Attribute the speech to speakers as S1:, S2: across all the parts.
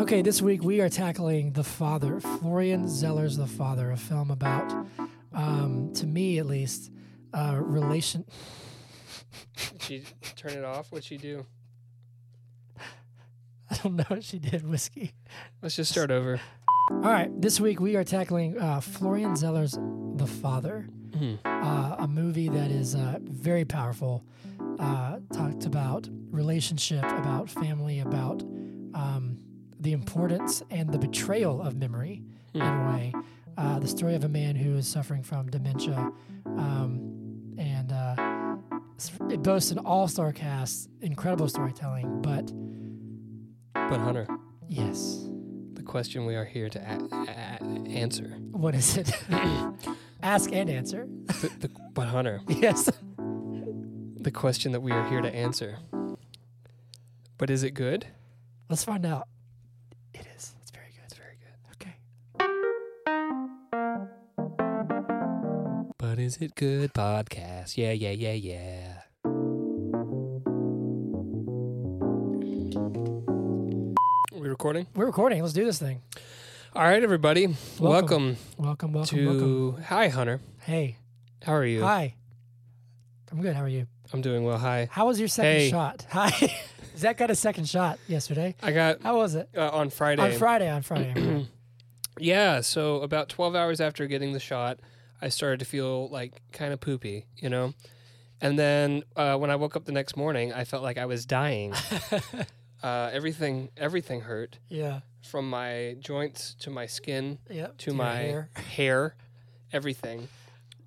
S1: Okay, this week we are tackling The Father, Florian Zeller's The Father, a film about, um, to me at least, uh, relation.
S2: Did she turn it off? What'd she do?
S1: I don't know what she did, whiskey.
S2: Let's just start over.
S1: All right, this week we are tackling uh, Florian Zeller's The Father,
S2: Hmm.
S1: uh, a movie that is uh, very powerful. Uh, talked about relationship, about family, about um, the importance and the betrayal of memory in a
S2: Mm-hmm.
S1: way. Uh, the story of a man who is suffering from dementia, um, and uh, s- it boasts an all-star cast, incredible storytelling. But
S2: But Hunter,
S1: yes,
S2: the question we are here to a- a- a- answer.
S1: what is it? Ask and answer.
S2: The, the, but Hunter,
S1: Yes.
S2: the question that we are here to answer. But is it good?
S1: Let's find out. It is. It's very good.
S2: It's very good.
S1: Okay.
S2: But is it good podcast? Yeah, yeah, yeah, yeah. Are we recording?
S1: We're recording. Let's do this thing.
S2: All right, everybody. Welcome,
S1: Welcome. Welcome, welcome,
S2: to.
S1: welcome.
S2: Hi, Hunter.
S1: Hey.
S2: How are you?
S1: Hi. I'm good. How are you?
S2: I'm doing well. Hi.
S1: How was your second
S2: Hey.
S1: shot? Hi. Zach got a second shot yesterday.
S2: I got
S1: How was it?
S2: uh, on Friday.
S1: On Friday, on Friday. I'm right.
S2: Yeah, so about 12 hours after getting the shot, I started to feel like kind of poopy, you know? And then uh, when I woke up the next morning, I felt like I was dying. uh, everything everything hurt
S1: yeah.
S2: from my joints to my skin
S1: Yeah.
S2: to my
S1: hair.
S2: hair, everything.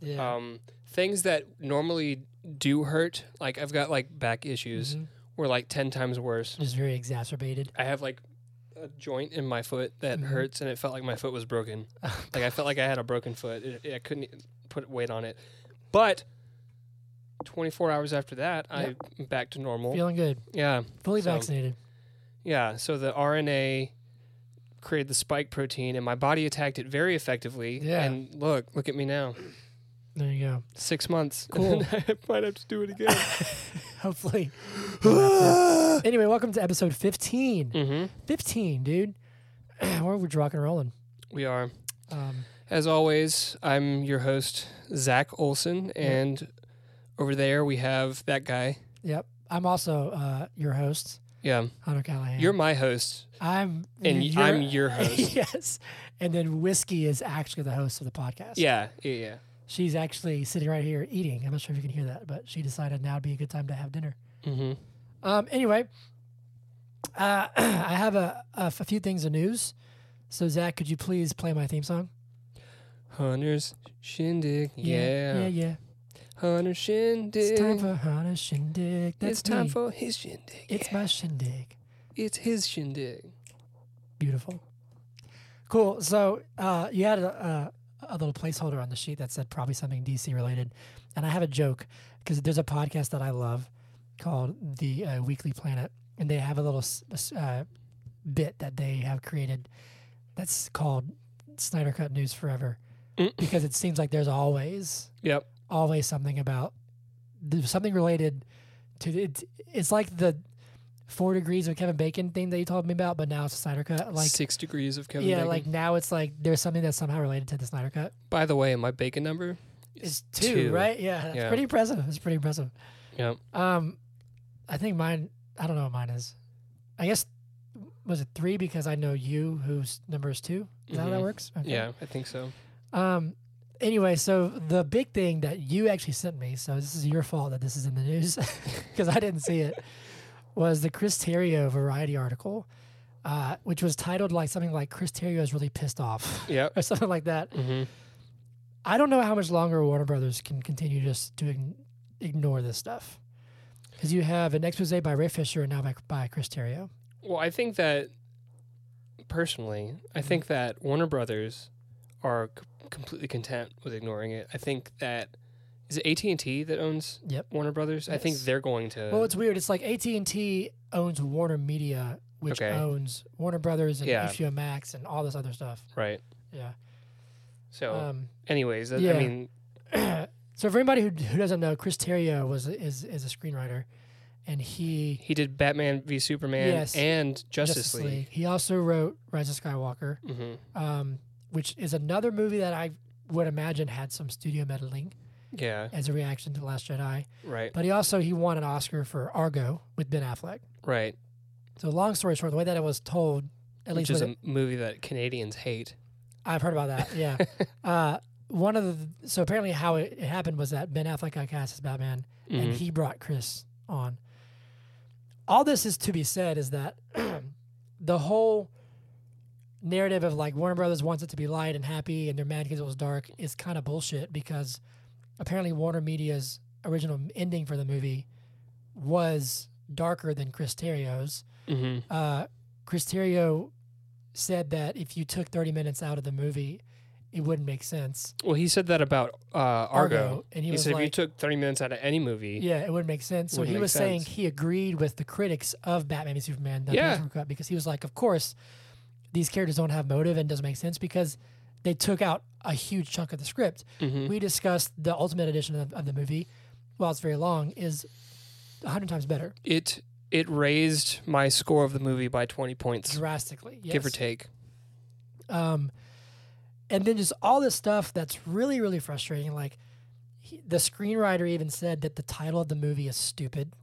S1: Yeah.
S2: Um, things that normally do hurt, like I've got like back issues,
S1: Mhm.
S2: were like 10 times worse.
S1: It was very exacerbated.
S2: I have like a joint in my foot that
S1: Mhm.
S2: hurts, and it felt like my foot was broken. like I felt like I had a broken foot. It, it- I couldn't e, put weight on it. But 24 hours after that, I'm back to normal.
S1: Feeling good.
S2: yeah,
S1: Fully
S2: So-
S1: vaccinated.
S2: yeah. So the RNA created the spike protein, and my body attacked it very effectively.
S1: Yeah.
S2: And look, look at me now.
S1: There you go.
S2: Six months.
S1: Cool.
S2: I might have to do it again.
S1: Hopefully. anyway, welcome to episode 15.
S2: hmm
S1: 15, dude. We're just rocking and rolling.
S2: We are.
S1: Um,
S2: As always, I'm your host, Zach Olson, and over there we have that guy.
S1: yep. I'm also uh, your host,
S2: Yeah,
S1: Hunter Callahan.
S2: you're my host,
S1: I'm
S2: and
S1: you're-
S2: I'm your host.
S1: yes. And then Whiskey is actually the host of the podcast.
S2: yeah, yeah, yeah.
S1: She's actually sitting right here eating. I'm not sure if you can hear that, but she decided now would be a good time to have dinner.
S2: Mm-hmm.
S1: Um, anyway, uh, I have a, a f- a few things of news. So, Zach, could you please play my theme song?
S2: Hunter's shindig,
S1: Yeah,
S2: yeah.
S1: yeah. yeah.
S2: Hunter's shindig.
S1: It's time for Hana Shindig. That's
S2: It's time
S1: me.
S2: for his shindig.
S1: It's
S2: yeah.
S1: my Shindig.
S2: it's his shindig.
S1: Beautiful. Cool. So uh, you had a, a, a little placeholder on the sheet that said probably something DC related. And I have a joke because there's a podcast that I love called The uh, Weekly Planet. And they have a little s- s- uh, bit that they have created that's called Snyder Cut News Forever
S2: Mm.
S1: because it seems like there's always,
S2: Yep.
S1: always something about there's something related to it. It's like the four degrees of Kevin Bacon thing that you told me about, but now it's a Snyder Cut. Like,
S2: six degrees of Kevin
S1: yeah,
S2: Bacon.
S1: like now it's like there's something that's somehow related to the Snyder Cut.
S2: By the way, my bacon number.
S1: It's two,
S2: two.
S1: right? Yeah, that's
S2: Yeah.
S1: pretty impressive. It's pretty impressive.
S2: Yep.
S1: Um, I think mine. I don't know what mine is. I guess was it three because I know you whose number is two. Is that how that
S2: Mhm.
S1: works? Okay.
S2: Yeah, I think so.
S1: Um. Anyway, so the big thing that you actually sent me, so this is your fault that this is in the news because I didn't see it, was the Chris Terrio Variety article, uh, which was titled like something like Chris Terrio is really pissed off
S2: Yep.
S1: or something like that.
S2: Mm-hmm.
S1: I don't know how much longer Warner Brothers can continue just to ign- ignore this stuff. Because you have an expose by Ray Fisher and now by, by Chris Terrio.
S2: Well, I think that personally, I think
S1: Mm-hmm.
S2: that Warner Brothers are c- completely content with ignoring it. I think that is it AT and T that owns
S1: Yep.
S2: Warner Brothers. I think
S1: Yes.
S2: they're going to.
S1: well, it's weird. It's like AT and T owns Warner Media, which
S2: Okay.
S1: owns Warner Brothers and
S2: Yeah.
S1: HBO Max and all this other stuff.
S2: right.
S1: Yeah.
S2: So,
S1: Um,
S2: anyways, that-
S1: yeah.
S2: I mean,
S1: so for anybody who, who doesn't know, Chris Terrio was is is a screenwriter, and he
S2: He did Batman v Superman
S1: Yes.
S2: and Justice, League.
S1: He also wrote Rise of Skywalker,
S2: hmm
S1: um, which is another movie that I would imagine had some studio meddling
S2: Yeah,
S1: as a reaction to The Last Jedi.
S2: right,
S1: But he also he won an Oscar for Argo with Ben Affleck.
S2: right.
S1: So long story short, the way that it was told, at
S2: Which
S1: least
S2: is
S1: with
S2: a movie that Canadians hate.
S1: I've heard about that. Yeah. uh, one of the so apparently how it, it happened was that Ben Affleck got cast as Batman, and
S2: Mhm.
S1: he brought Chris on. All this is to be said is that the whole narrative of like Warner Brothers wants it to be light and happy, and they're mad because it was dark is kind of bullshit because apparently Warner Media's original ending for the movie was darker than Chris Terrio's
S2: Mhm.
S1: uh, Chris Terrio said that if you took 30 minutes out of the movie, it wouldn't make sense.
S2: Well, he said that about uh, Argo.
S1: And he,
S2: He,
S1: was
S2: said if you
S1: like,
S2: took 30 minutes out of any movie,
S1: yeah, it wouldn't make sense. So
S2: Wouldn't
S1: he
S2: make
S1: was saying
S2: sense.
S1: he agreed with the critics of Batman and Superman, the
S2: Yeah.
S1: original cut, because he was like, of course, these characters don't have motive and it doesn't make sense because they took out a huge chunk of the script.
S2: Mhm.
S1: We discussed the Ultimate Edition of, of the movie, while it's very long, is 100 times better,
S2: it it raised my score of the movie by 20 points,
S1: drastically. Yes.
S2: give or take.
S1: um, and then just all this stuff that's really really frustrating like he, the screenwriter even said that the title of the movie is stupid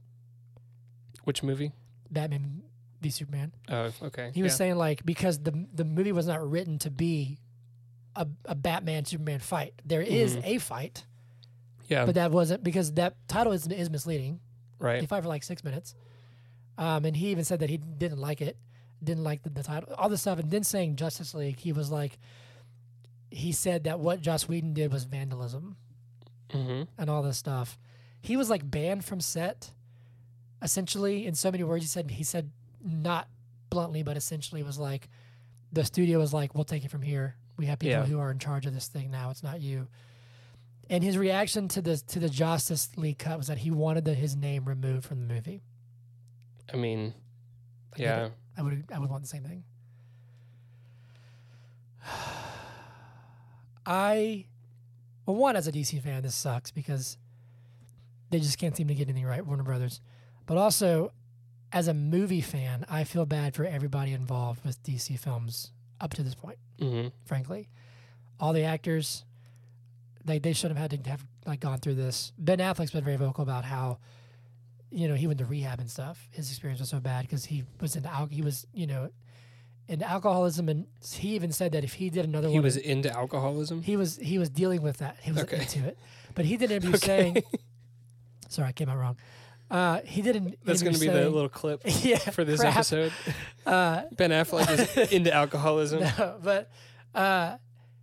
S2: Which movie?
S1: batman v superman
S2: Oh, okay.
S1: he was saying like because the the movie was not written to be a, a batman superman fight there is
S2: Mhm.
S1: a fight
S2: yeah, yeah
S1: but that wasn't because that title is, is misleading
S2: right.
S1: He fight for like six minutes. Um, and he even said that he didn't like it, didn't like the, the title, all this stuff. And then saying Justice League, he was like, he said that what Joss Whedon did was vandalism
S2: hmm
S1: and all this stuff. He was like banned from set, essentially. In so many words, he said he said not bluntly, but essentially was like, the studio was like, "We'll take it from here. We have people
S2: Yeah.
S1: who are in charge of this thing now. It's not you." And his reaction to the to the Justice League cut was that he wanted the, his name removed from the movie.
S2: I mean,
S1: I get
S2: yeah.
S1: it. I would I would want the same thing. I well one as a DC fan this sucks because they just can't seem to get anything right Warner Brothers. But also as a movie fan, I feel bad for everybody involved with DC films up to this point,
S2: hmm
S1: frankly. All the actors they they should have had to have like gone through this. Ben Affleck's been very vocal about how you know he went to rehab and stuff. His experience was so bad because he was in al- he was you know in alcoholism and he even said that if he did another
S2: He
S1: one,
S2: was into alcoholism.
S1: he was he was dealing with that. He was
S2: Okay.
S1: into it, but he did an interview saying, "Sorry, I came out wrong." Uh, he didn't.
S2: That's going to be the little clip
S1: yeah
S2: for this
S1: crap.
S2: episode.
S1: Uh,
S2: Ben Affleck is into alcoholism.
S1: no, but uh,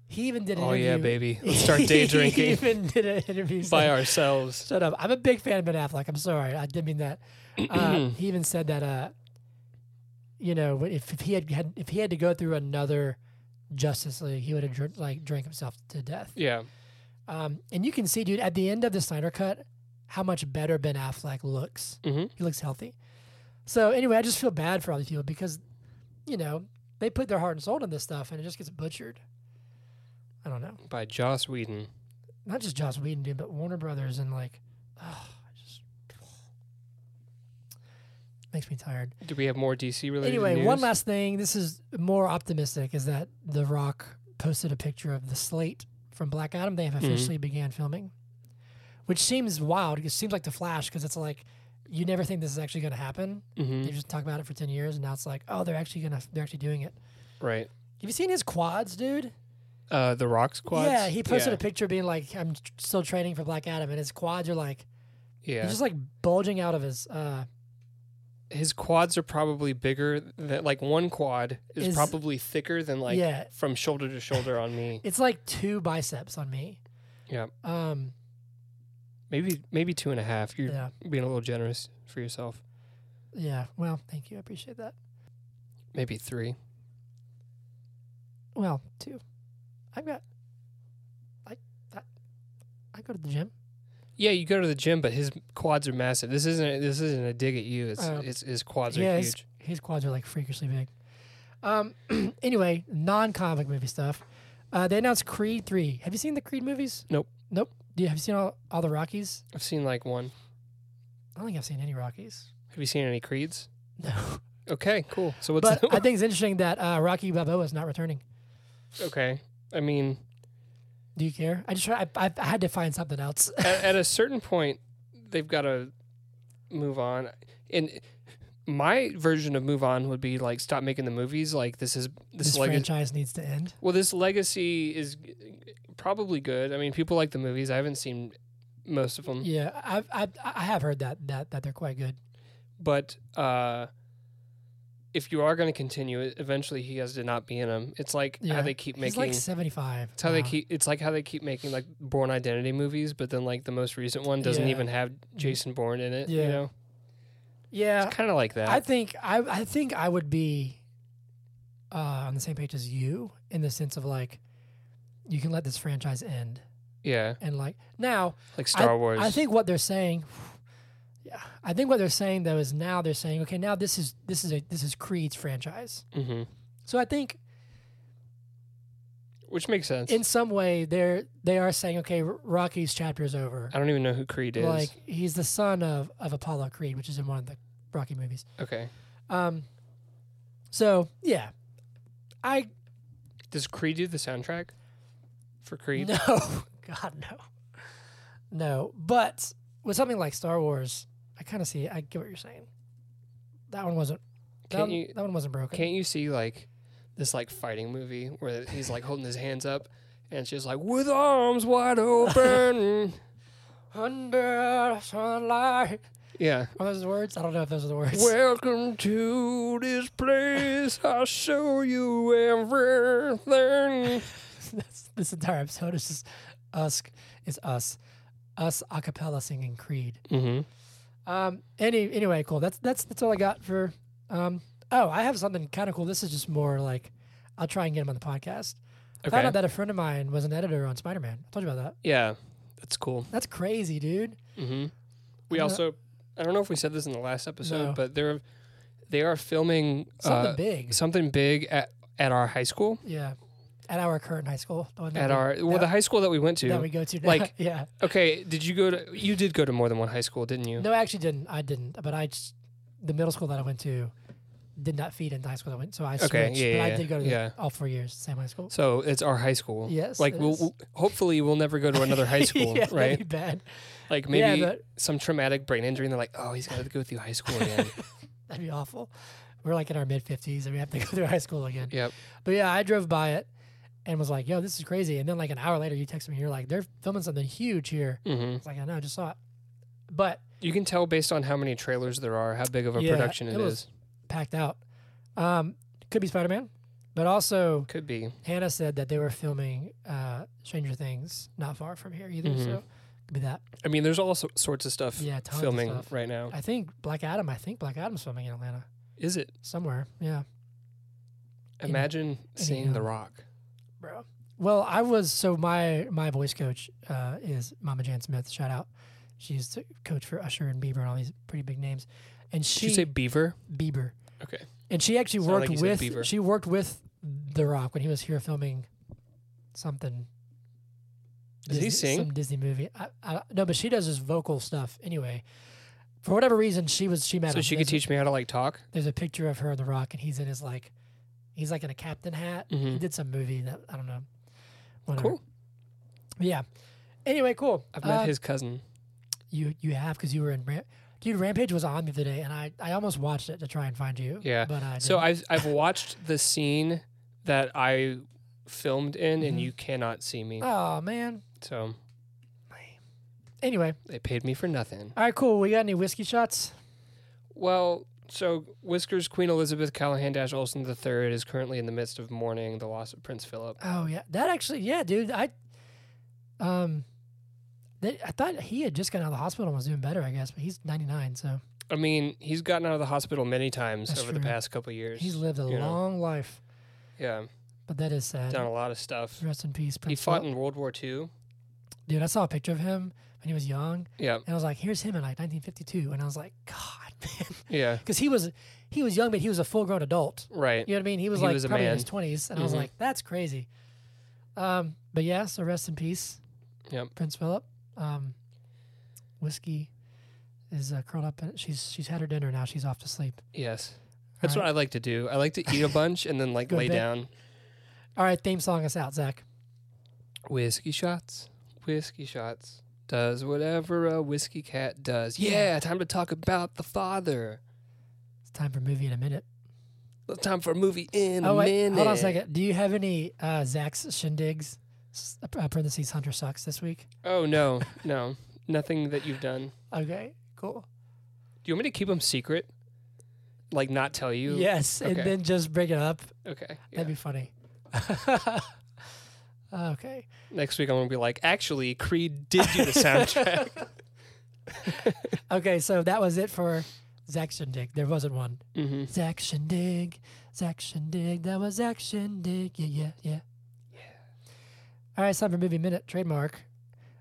S1: he even did an
S2: Oh
S1: interview.
S2: yeah, baby. Let's start day
S1: he
S2: drinking
S1: even did an interview
S2: by
S1: saying-
S2: ourselves.
S1: Shut up. I'm a big fan of Ben Affleck. I'm sorry. I didn't mean that. Uh, he even said that, uh, you know, if, if he had, had if he had to go through another Justice League, he would have dr- like drank himself to death.
S2: Yeah.
S1: Um, and you can see, dude, at the end of the Snyder cut, how much better Ben Affleck looks.
S2: Mhm.
S1: He looks healthy. So anyway, I just feel bad for all these people because, you know, they put their heart and soul in this stuff, and it just gets butchered. I don't know.
S2: By Joss Whedon.
S1: Not just Joss Whedon, dude, but Warner Brothers, and like, oh, just makes me tired.
S2: Do we have more DC related?
S1: Anyway,
S2: news?
S1: one last thing. This is more optimistic. Is that The Rock posted a picture of the slate from Black Adam? They have
S2: Mm-hmm.
S1: officially began filming, which seems wild. It seems like The Flash because it's like you never think this is actually going to happen.
S2: Mhm.
S1: They just talk about it for ten years, and now it's like, oh, they're actually going to. They're actually doing it.
S2: Right.
S1: Have you seen his quads, dude?
S2: Uh, the Rock Squad.
S1: Yeah, he posted
S2: yeah.
S1: a picture being like, "I'm tr- still training for Black Adam," and his quads are like,
S2: Yeah.
S1: he's just like bulging out of his. uh
S2: his quads are probably bigger than like one quad is,
S1: Is-
S2: probably thicker than like
S1: Yeah.
S2: from shoulder to shoulder on me.
S1: It's like two biceps on me.
S2: Yeah.
S1: Um.
S2: Maybe maybe two and a half. You're
S1: Yeah.
S2: being a little generous for yourself.
S1: Yeah. Well, thank you. I appreciate that.
S2: Maybe three.
S1: Well, two. I've got. I I, I go to the gym.
S2: Yeah, you go to the gym, but his quads are massive. This isn't this isn't a dig at you. It's
S1: Oh.
S2: it's his quads
S1: yeah,
S2: are
S1: his,
S2: huge.
S1: his quads are like freakishly big. Um. anyway, non-comic movie stuff. Uh, they announced Creed three. Have you seen the Creed movies?
S2: Nope.
S1: Nope. Do you have you seen all, all the Rockies?
S2: I've seen like one.
S1: I don't think I've seen any Rockies.
S2: Have you seen any creeds?
S1: No.
S2: Okay, cool. So what's
S1: But I think it's interesting that uh, Rocky Balboa is not returning.
S2: okay? I mean,
S1: Do you care? I just try, I, I, I had to find something else.
S2: at, at a certain point, they've got to move on. And my version of move on would be like stop making the movies. Like this is this,
S1: this
S2: leg-
S1: franchise needs to end.
S2: Well, this legacy is probably good. I mean, people like the movies. I haven't seen most of them,
S1: Yeah, I've, I've I have heard that that that they're quite good.
S2: but uh, if you are going to continue it, eventually he has to not be in them. It's like
S1: Yeah.
S2: how they keep
S1: He's
S2: making.
S1: like seventy five.
S2: it's how they keep. It's like how they keep making like Born Identity movies, but then like the most recent one doesn't
S1: Yeah.
S2: even have Jason Bourne in it.
S1: Yeah.
S2: You know,
S1: Yeah,
S2: it's kind of like that.
S1: I think I I think I would be uh, on the same page as you in the sense of like you can let this franchise end
S2: yeah,
S1: and like now
S2: like Star
S1: I,
S2: Wars.
S1: I think what they're saying. Yeah, I think what they're saying though is now they're saying okay now this is this is a this is Creed's franchise.
S2: hmm
S1: So I think
S2: which makes sense.
S1: in some way they're they are saying okay R- Rocky's chapter is over.
S2: I don't even know who Creed is.
S1: Like he's the son of of Apollo Creed, which is in one of the Rocky movies.
S2: okay,
S1: Um, so yeah, I
S2: does Creed do the soundtrack for Creed?
S1: no, God no, no. But with something like Star Wars, I kind of see. I get what you're saying. That one wasn't. That,
S2: Can't
S1: one,
S2: you-
S1: that one wasn't broken.
S2: Can't you see like this like fighting movie where he's like holding his hands up and she's like with arms wide open?
S1: Under sunlight.
S2: yeah.
S1: Are those the words? I don't know if those are the words.
S2: Welcome to this place. I'll show you everything.
S1: That's, this entire episode is just us. Is us, us a cappella singing Creed.
S2: Mm-hmm.
S1: Um. Any. Anyway, cool. That's that's that's all I got for. Um. Oh, I have something kind of cool. This is just more like, I'll try and get him on the podcast. I found
S2: Okay.
S1: out that a friend of mine was an editor on Spider Man. I told you about that.
S2: Yeah, that's cool.
S1: That's crazy, dude.
S2: Mm-hmm. We
S1: Uh,
S2: also, I don't know if we said this in the last episode,
S1: No.
S2: but they're they are filming
S1: Something
S2: uh,
S1: big.
S2: something big at at our high school.
S1: Yeah. At our current high school. The one that
S2: At
S1: we-
S2: our well,
S1: that,
S2: the high school that we went to.
S1: that we go to now.
S2: like-
S1: yeah.
S2: Okay, did you go to? You did go to more than one high school, didn't you?
S1: No, I actually didn't. I didn't. But I just the middle school that I went to did not feed into high school that I went. So I switched.
S2: Okay, yeah,
S1: but I
S2: yeah,
S1: did go to the,
S2: yeah.
S1: all four years same high school.
S2: So it's our high school.
S1: Yes,
S2: Like
S1: it
S2: we'll,
S1: is.
S2: we'll- hopefully we'll never go to another high school,
S1: yeah, that'd
S2: right?
S1: be Bad.
S2: Like maybe
S1: yeah, but
S2: some traumatic brain injury, and they're like, "Oh, he's got to go through high school again."
S1: that'd be awful. We're like in our mid fifties and we have to go through high school again.
S2: yep.
S1: But yeah, I drove by it and was like, yo, this is crazy. And then like an hour later, you text me, you're like, they're filming something huge here.
S2: hmm
S1: It's like, I know, I just saw it. But
S2: You can tell based on how many trailers there are, how big of a
S1: Yeah,
S2: production
S1: it
S2: it
S1: was-
S2: is.
S1: packed out. Um, could be Spider Man. But also,
S2: Could be.
S1: Hannah said that they were filming uh, Stranger Things not far from here either.
S2: Mhm.
S1: So could be that.
S2: I mean, there's all so- sorts of stuff
S1: Yeah, tons of
S2: filming
S1: stuff.
S2: right now.
S1: I think Black Adam, I think Black Adam's filming in Atlanta
S2: Is it?
S1: somewhere. Yeah. Any-
S2: Imagine seeing The
S1: um,
S2: Rock.
S1: bro. Well, I was so my my voice coach uh, is Mama Jan Smith. Shout out, she's the coach for Usher and Bieber and all these pretty big names. And
S2: Did
S1: she
S2: you say Beaver?
S1: Bieber,
S2: Okay.
S1: and she actually worked
S2: Sounded like you said Bieber.
S1: with she worked with The Rock when he was here filming something.
S2: Does he
S1: Disney-
S2: sing?
S1: some Disney movie? I, I, no, but she does his vocal stuff anyway. For whatever reason, she was she met
S2: So
S1: him.
S2: she could
S1: there's,
S2: teach me how to like talk.
S1: a, there's a picture of her and The Rock, and he's in his like, he's like in a captain hat. He
S2: Mhm.
S1: did some movie that I don't know. Whatever.
S2: Cool.
S1: Yeah. Anyway, cool.
S2: I've met
S1: Uh,
S2: his cousin.
S1: You you have because you were in Ramp. Dude, Rampage was on the other day, and I, I almost watched it to try and find you.
S2: Yeah.
S1: But I
S2: So
S1: didn't.
S2: I've I've watched the scene that I filmed in, and
S1: Mhm.
S2: you cannot see me.
S1: Oh man.
S2: So
S1: Anyway,
S2: they paid me for nothing.
S1: all right, cool. We got any whiskey shots?
S2: Well, so Whiskers Queen Elizabeth Callahan Dash Olsen III is currently in the midst of mourning the loss of Prince Philip.
S1: Oh yeah, that actually, yeah, dude. I um, they, I thought he had just gotten out of the hospital and was doing better, I guess, but he's 99, so
S2: I mean, he's gotten out of the hospital many times
S1: That's
S2: over the
S1: true.
S2: past couple years.
S1: he's lived a
S2: you know.
S1: long life.
S2: yeah,
S1: But that is sad.
S2: done a lot of stuff.
S1: Rest in peace,
S2: He
S1: Prince
S2: fought
S1: Philip.
S2: in World War II.
S1: Dude, I saw a picture of him when he was young,
S2: Yeah,
S1: and I was like, "Here's him in like 1952," and I was like, "God, man."
S2: yeah,
S1: because he was he was young, but he was a full grown adult.
S2: right.
S1: You know what I mean? He was
S2: He
S1: like
S2: was a
S1: probably in
S2: man.
S1: his twenties, and I was
S2: Mhm.
S1: like, that's crazy. Um, but yeah, so rest in peace,
S2: Yep.
S1: Prince Philip. Um, whiskey is uh, curled up and she's she's had her dinner now. She's off to sleep.
S2: Yes. That's
S1: All
S2: what I like to do. I like to eat a bunch and then like
S1: Go to
S2: lay
S1: bed.
S2: down.
S1: All right, theme song us out, Zach.
S2: Whiskey shots. Whiskey shots. Does whatever a whiskey cat does. Yeah, time to talk about the father.
S1: It's time for movie in a minute.
S2: Time for a movie in
S1: oh
S2: a
S1: wait,
S2: minute.
S1: hold on a second. Do you have any uh, Zach's shindigs? s- Uh, parentheses Hunter sucks this week.
S2: Oh no, no, nothing that you've done.
S1: Okay, cool.
S2: Do you want me to keep them secret? Like not tell you?
S1: yes,
S2: okay.
S1: and then just bring it up.
S2: Okay. yeah.
S1: That'd be funny. okay.
S2: Next week I'm gonna be like, actually, Creed did do the soundtrack.
S1: Okay, so that was it for Zach Shindig. There wasn't one.
S2: mm-hmm.
S1: Zach Shindig. Zach Shindig. That was Zach Shindig. Yeah, yeah, yeah.
S2: Yeah.
S1: All right, it's time for Movie Minute trademark.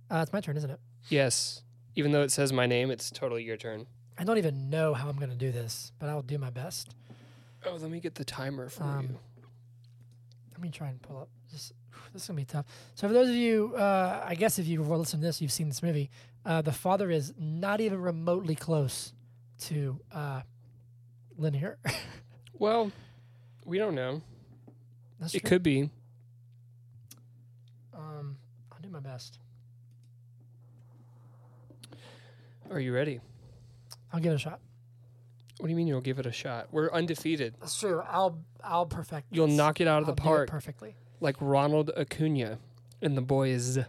S1: Uh, it's my turn, isn't it?
S2: Yes. Even though it says my name, it's totally your turn.
S1: I don't even know how I'm going to do this, but I'll do my best.
S2: Oh, let me get the timer for
S1: Um,
S2: you.
S1: Let me try and pull up. This, this is going to be tough. So, for those of you, uh, I guess if you've listened to this, you've seen this movie. Uh, the father is not even remotely close to uh, linear.
S2: Well, we don't know.
S1: That's
S2: It
S1: true.
S2: could be.
S1: Um, I'll do my best.
S2: Are you ready?
S1: I'll give it a shot.
S2: What do you mean you'll give it a shot? We're undefeated.
S1: That's true. I'll I'll perfect.
S2: You'll
S1: this.
S2: knock it out of
S1: I'll
S2: the
S1: do it
S2: park
S1: perfectly.
S2: like Ronald Acuna and the boys.
S1: And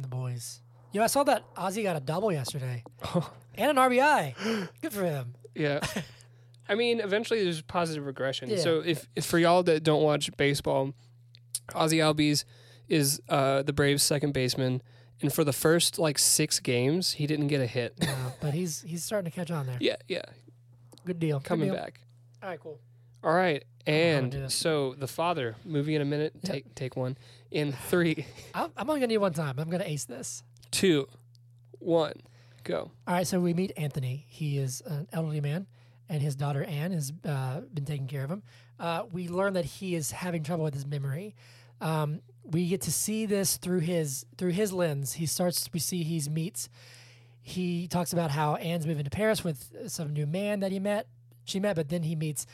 S1: the boys. Yo, I saw that Ozzy got a double yesterday
S2: Oh.
S1: and an RBI. Good for him.
S2: Yeah. I mean, eventually there's positive regression.
S1: Yeah.
S2: So if, if for y'all that don't watch baseball, Ozzy Albies is uh, the Braves' second baseman, and for the first like six games, he didn't get a hit.
S1: Uh, but he's he's starting to catch on there.
S2: yeah, yeah,
S1: Good deal. Good
S2: coming
S1: deal.
S2: back.
S1: All right, cool.
S2: All right,
S1: know how to do
S2: and
S1: this.
S2: so the father movie in a minute.
S1: Yeah.
S2: Take take one in three,
S1: I'm, I'm only gonna need one time. I'm gonna ace this.
S2: two, one, go.
S1: All right, so we meet Anthony. He is an elderly man, and his daughter Anne has uh, been taking care of him. Uh, we learn that he is having trouble with his memory. Um, we get to see this through his through his lens. He starts. We see he's meets. He talks about how Anne's moving to Paris with some new man that he met. She met, but then he meets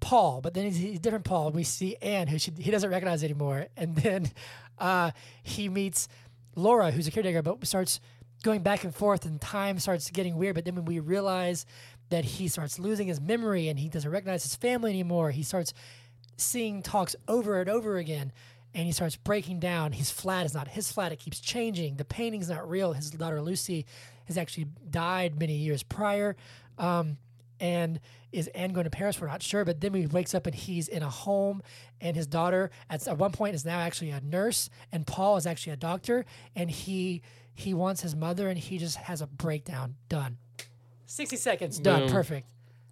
S1: Paul. But then he's, he's different Paul. We see Anne, who she, he doesn't recognize anymore, and then uh, he meets Laura, who's a caretaker, but starts going back and forth, and time starts getting weird. But then when we realize that he starts losing his memory and he doesn't recognize his family anymore, he starts seeing talks over and over again, and he starts breaking down. His flat is not his flat; it keeps changing. The painting's not real. His daughter Lucy has actually died many years prior. Um, and is Anne going to Paris? We're not sure. But then he wakes up and he's in a home, and his daughter at, at one point is now actually a nurse, and Paul is actually a doctor, and he he wants his mother, and he just has a breakdown. Done. Sixty seconds. Done.
S2: Boom.
S1: Perfect.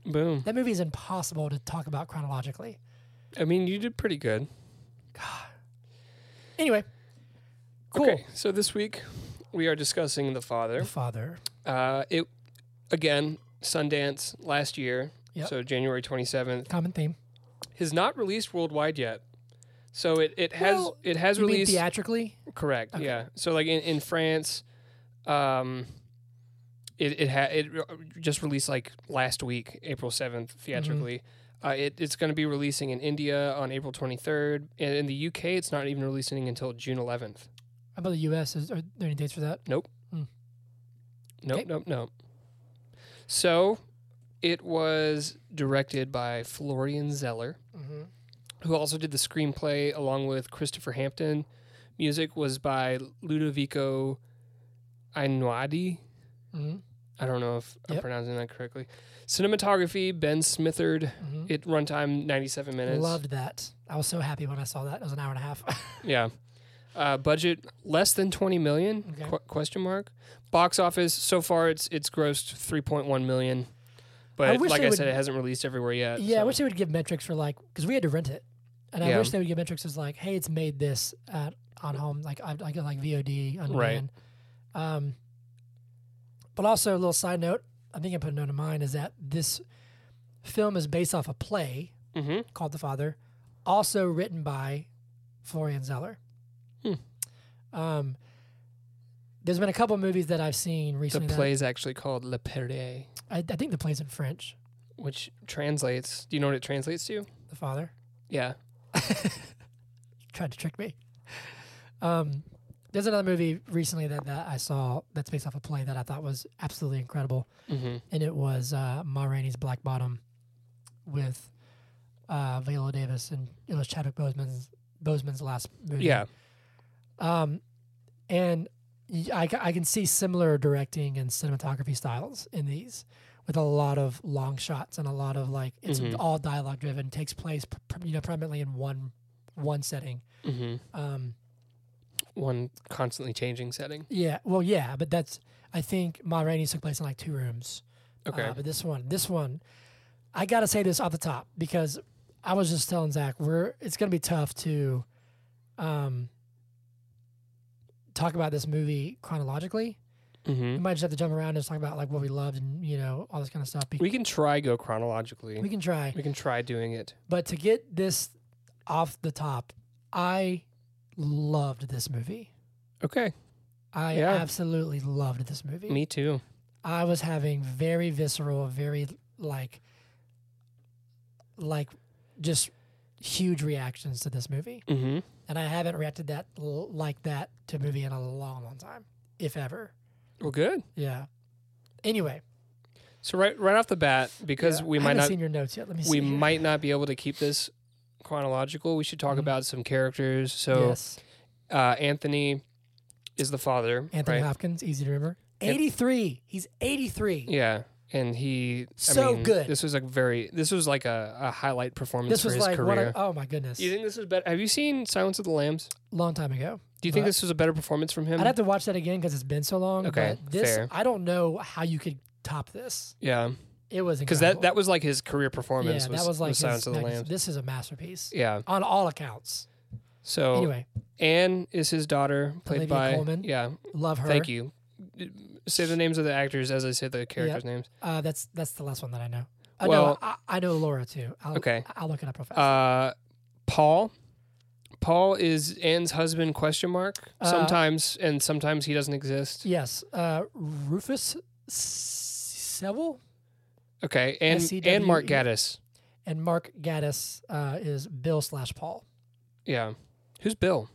S2: Boom.
S1: That movie is impossible to talk about chronologically.
S2: I mean, you did pretty good.
S1: Anyway, cool.
S2: Okay, so this week we are discussing the father.
S1: The father.
S2: Uh, it again Sundance last year,
S1: Yep.
S2: so January twenty seventh.
S1: Common theme.
S2: Has not released worldwide yet, so it, it has
S1: Well,
S2: it has
S1: You mean
S2: released
S1: theatrically?
S2: correct. Yeah, so like in, in France, um, it it ha- it re- just released like last week, April seventh theatrically. Uh, it, it's going to be releasing in India on April 23rd, and in the UK, it's not even releasing until June 11th.
S1: How about the U.S.? Is, are there any dates for that?
S2: Nope,
S1: Okay.
S2: nope, nope. So it was directed by Florian Zeller,
S1: Mm-hmm.
S2: who also did the screenplay along with Christopher Hampton. Music was by Ludovico Einaudi.
S1: Mm-hmm.
S2: I don't know if I'm
S1: Yep.
S2: pronouncing that correctly. Cinematography, Ben Smithard.
S1: Mm-hmm.
S2: It runtime 97 minutes.
S1: Loved that. I was so happy when I saw that. It was an hour and a half.
S2: Yeah. Uh, budget less than 20 million
S1: Okay.
S2: qu- question mark box office so far it's it's grossed 3.1 million
S1: I
S2: but
S1: wish
S2: like
S1: they
S2: i
S1: would-
S2: said it hasn't released everywhere yet
S1: yeah, I
S2: so-
S1: wish they would give metrics for like because we had to rent it, and I
S2: Yeah.
S1: wish they would give metrics as like, hey, it's made this at on home like I like like VOD on
S2: Right.
S1: demand. Um, but also a little side note, I think I put a note in mine is that this film is based off a play
S2: Mhm.
S1: called The Father, also written by Florian Zeller.
S2: Hmm.
S1: Um, There's been a couple movies that I've seen
S2: The
S1: recently. that-
S2: play's actually called Le Perrier,
S1: I, I think the play's in French.
S2: which translates. Do you know what it translates to?
S1: The father
S2: Yeah.
S1: tried to trick me. Um, there's another movie recently that, that I saw that's based off a play that I thought was absolutely incredible,
S2: Mm-hmm.
S1: and it was uh, Ma Rainey's Black Bottom with uh, Viola Davis and it was Chadwick Boseman's Boseman's last movie.
S2: Yeah.
S1: Um, and y- I, ca- I can see similar directing and cinematography styles in these with a lot of long shots and a lot of like it's
S2: Mhm.
S1: all dialogue driven takes place pr- pr- you know primarily in one one setting
S2: Mm-hmm.
S1: um
S2: One constantly changing setting.
S1: yeah well yeah but that's i think ma rainey's took place in like two rooms
S2: Okay.
S1: Uh, but this one, this one, I gotta say this off the top because I was just telling Zach we're it's gonna be tough to, um, talk about this movie chronologically.
S2: mm-hmm.
S1: We might just have to jump around and just talk about like what we loved and you know all this kind of stuff. Be-
S2: We can try go chronologically.
S1: we can try,
S2: We can try doing it.
S1: but to get this off the top, I loved this movie.
S2: Okay.
S1: I
S2: Yeah.
S1: absolutely loved this movie.
S2: Me too.
S1: I was having very visceral, very like, like, just huge reactions to this movie,
S2: Mm-hmm.
S1: and I haven't reacted that l- like that to a movie in a long, long time, if ever.
S2: Well, good.
S1: Yeah. Anyway,
S2: So right right off the bat, because
S1: yeah,
S2: we
S1: I
S2: might
S1: haven't
S2: not
S1: seen your notes yet. Let me see.
S2: we
S1: here.
S2: might not be able to keep this chronological. We should talk
S1: Mhm.
S2: about some characters. So
S1: yes,
S2: uh, Anthony is the father,
S1: Anthony
S2: right?
S1: Hopkins, easy to remember.
S2: Yep.
S1: Eighty-three. He's eighty-three.
S2: Yeah, and he I
S1: So
S2: mean,
S1: good.
S2: This was like very. This was like a, a highlight performance
S1: This
S2: for
S1: was
S2: his
S1: like what
S2: career.
S1: a, oh my goodness,
S2: Do you think this was better? Have you seen Silence of the Lambs?
S1: long time ago.
S2: Do you think
S1: But-
S2: this was a better performance from him?
S1: Uh, I'd have to watch that again because it's been so long.
S2: Um, Okay,
S1: but this
S2: fair.
S1: I don't know how you could top this.
S2: yeah,
S1: It was
S2: because
S1: incredible.
S2: that that was like his career performance.
S1: Yeah, that was like his
S2: Silence of the
S1: magnificent-
S2: Lambs.
S1: This is a masterpiece
S2: Yeah.
S1: on all accounts.
S2: So
S1: Anyway,
S2: Anne is his daughter, played
S1: Olivia
S2: by
S1: Colman.
S2: Yeah.
S1: love her.
S2: Thank you. Say the names of the actors as I say the characters' names.
S1: Uh, that's that's the last one that I know. Uh,
S2: Well-
S1: no, I, I know Laura too. I'll,
S2: Okay.
S1: I'll look it up real fast.
S2: Uh, Paul. Paul is Anne's husband? Question mark.
S1: Uh,
S2: sometimes and sometimes he doesn't exist.
S1: yes, uh, Rufus Sewell
S2: Okay, and
S1: SCWE.
S2: and Mark Gaddis.
S1: and Mark Gaddis uh, is Bill slash Paul.
S2: Yeah, who's Bill?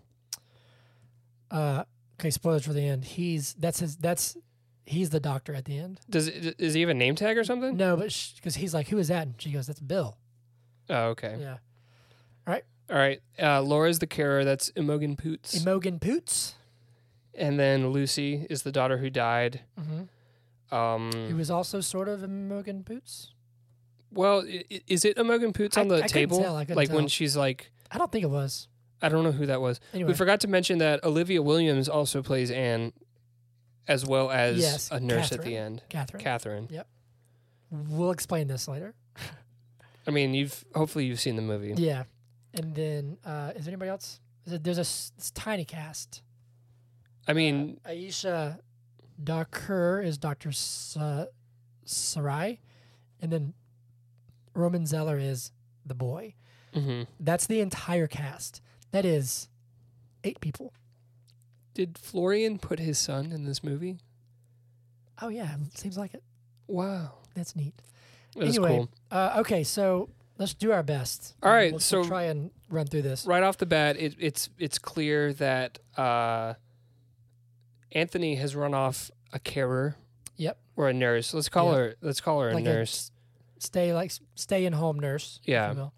S1: Uh, okay, spoilers for the end. He's that's his that's he's the doctor at the end.
S2: Does is he have a name tag or something?
S1: No, but because he's like, who is that? And she goes, that's Bill.
S2: Oh, okay.
S1: Yeah,
S2: All right. Uh, Laura's the carer. That's Imogen Poots.
S1: Imogen Poots.
S2: and then Lucy is the daughter who died.
S1: Mm-hmm. He
S2: Um,
S1: was also sort of Imogen Poots.
S2: well, i- i- is it Imogen Poots
S1: I-
S2: on the
S1: I couldn't
S2: table?
S1: tell, I couldn't
S2: like when
S1: tell.
S2: she's like,
S1: I don't think it was.
S2: I don't know who that was.
S1: Anyway,
S2: We forgot to mention that Olivia Williams also plays Anne, as well as
S1: Yes,
S2: a nurse at
S1: Catherine.
S2: the end,
S1: Catherine.
S2: Catherine.
S1: we'll explain this later.
S2: I mean, you've hopefully you've seen the movie.
S1: Yeah. And then, uh, is there anybody else? Is it- There's a s- this tiny cast.
S2: I mean,
S1: Aisha Dakur is Dr. Sa- Sarai. And then Roman Zeller is the boy.
S2: mhm.
S1: That's the entire cast. That is eight people.
S2: did Florian put his son in this movie?
S1: Oh, yeah. Seems like it.
S2: Wow,
S1: That's neat.
S2: that's
S1: Anyway,
S2: cool.
S1: Uh, okay. So let's do our best.
S2: All right,
S1: We'll-
S2: so-
S1: we'll try and run through this.
S2: Right off the bat, it, it's it's clear that uh, Anthony has run off a carer.
S1: Yep.
S2: Or a nurse. Let's call
S1: Yeah.
S2: her. Let's call her a
S1: Like a
S2: nurse.
S1: Stay like s- stay in home nurse. if
S2: Yeah.
S1: you will.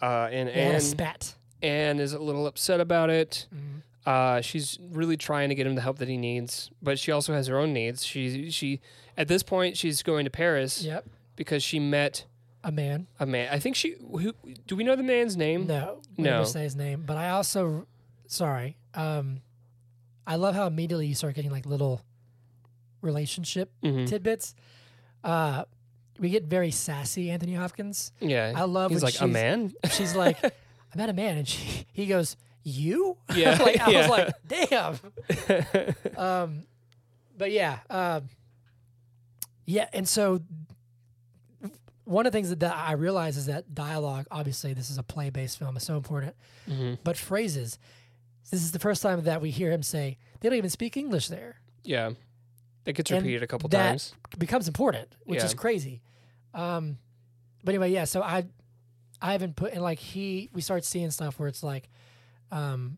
S2: uh, and
S1: They had a
S2: Anne,
S1: spat.
S2: Anne is a little upset about it.
S1: Mhm.
S2: Uh, she's really trying to get him the help that he needs, but she also has her own needs. She she at this point she's going to Paris
S1: Yep.
S2: because she met
S1: A man.
S2: a man. I think she who do we know the man's name?
S1: No, we
S2: No.
S1: never say his name. But I also, sorry, um, I love how immediately you start getting like little relationship
S2: Mhm.
S1: tidbits. Uh, we get very sassy, Anthony Hopkins.
S2: Yeah,
S1: I love
S2: He's
S1: when
S2: like a
S1: she's-
S2: man.
S1: She's like, I met a man, and she, he goes, "You?"
S2: Yeah,
S1: like I
S2: yeah.
S1: was like, "Damn." um, but yeah, um, yeah, and so one of the things that, that I realize is that dialogue. Obviously, this is a play-based film; is so important.
S2: Mhm.
S1: But phrases. This is the first time that we hear him say they don't even speak English there.
S2: Yeah. That gets
S1: And
S2: repeated a couple
S1: that-
S2: times.
S1: becomes important, which
S2: Yeah.
S1: is crazy. Um, but anyway, yeah. So I, I haven't put and like he, we start seeing stuff where it's like, um,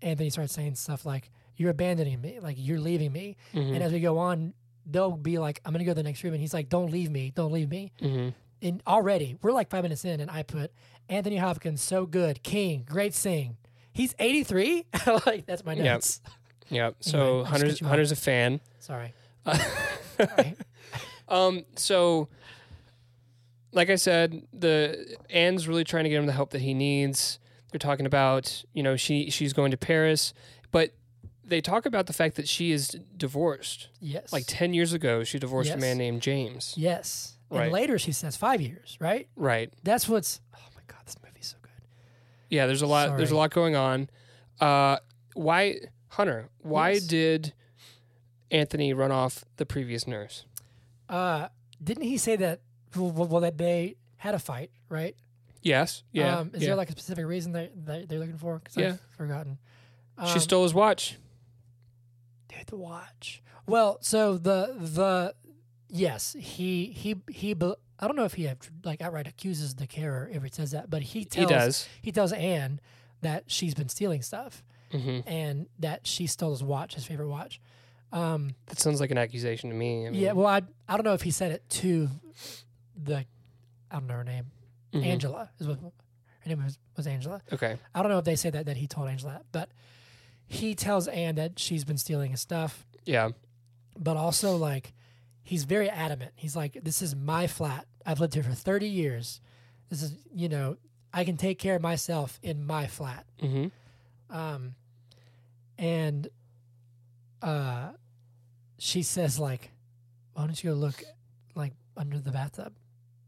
S1: Anthony starts saying stuff like, "You're abandoning me, like you're leaving me."
S2: Mhm.
S1: And as we go on, they'll be like, "I'm gonna go to the next room," and he's like, "Don't leave me, don't leave me."
S2: Mhm.
S1: And already we're like five minutes in, and I put Anthony Hopkins so good, king, great sing. He's 83. like that's my
S2: Yeah.
S1: notes.
S2: Yeah.
S1: I'll
S2: So
S1: just
S2: Hunter's
S1: cut you off.
S2: Hunter's a fan.
S1: Sorry.
S2: Um, so, like I said, the Anne's really trying to get him the help that he needs. They're talking about, you know, she she's going to Paris, but they talk about the fact that she is divorced.
S1: Yes.
S2: Like ten years ago, she divorced a
S1: Yes.
S2: man named James.
S1: Yes.
S2: Right.
S1: And later she says five years, right?
S2: Right.
S1: That's what's. Oh my god, this movie's so good.
S2: Yeah. There's a lot. There's a
S1: Sorry.
S2: lot going on. Uh, why, Hunter? Why
S1: Yes.
S2: did Anthony run off the previous nurse?
S1: Uh, didn't he say that? Well, well, well, that they had a fight, right?
S2: Yes. Yeah.
S1: Um, is
S2: yeah.
S1: there like a specific reason they they- they're looking for? Because
S2: Yeah.
S1: I've forgotten. Um,
S2: she stole his watch.
S1: dude, the watch. Well, so the the yes, he he he. be- I don't know if he have, like outright accuses the carer if it says that, but he tells
S2: he does.
S1: he tells Anne that she's been stealing stuff Mm-hmm.
S2: hmm
S1: and that she stole his watch, his favorite watch. Um,
S2: That sounds like an accusation to me. I mean,
S1: Yeah, well, I I don't know if he said it to the I don't know her name.
S2: mhm.
S1: Angela is what her name was, was Angela.
S2: Okay.
S1: I don't know if they said that that he told Angela, that, but he tells Anne that she's been stealing his stuff,
S2: Yeah.
S1: but also like he's very adamant. He's like, "This is my flat. I've lived here for thirty years. This is you know I can take care of myself in my flat."
S2: Mm-hmm.
S1: Um, and uh, she says like, "Why don't you go look like under the bathtub,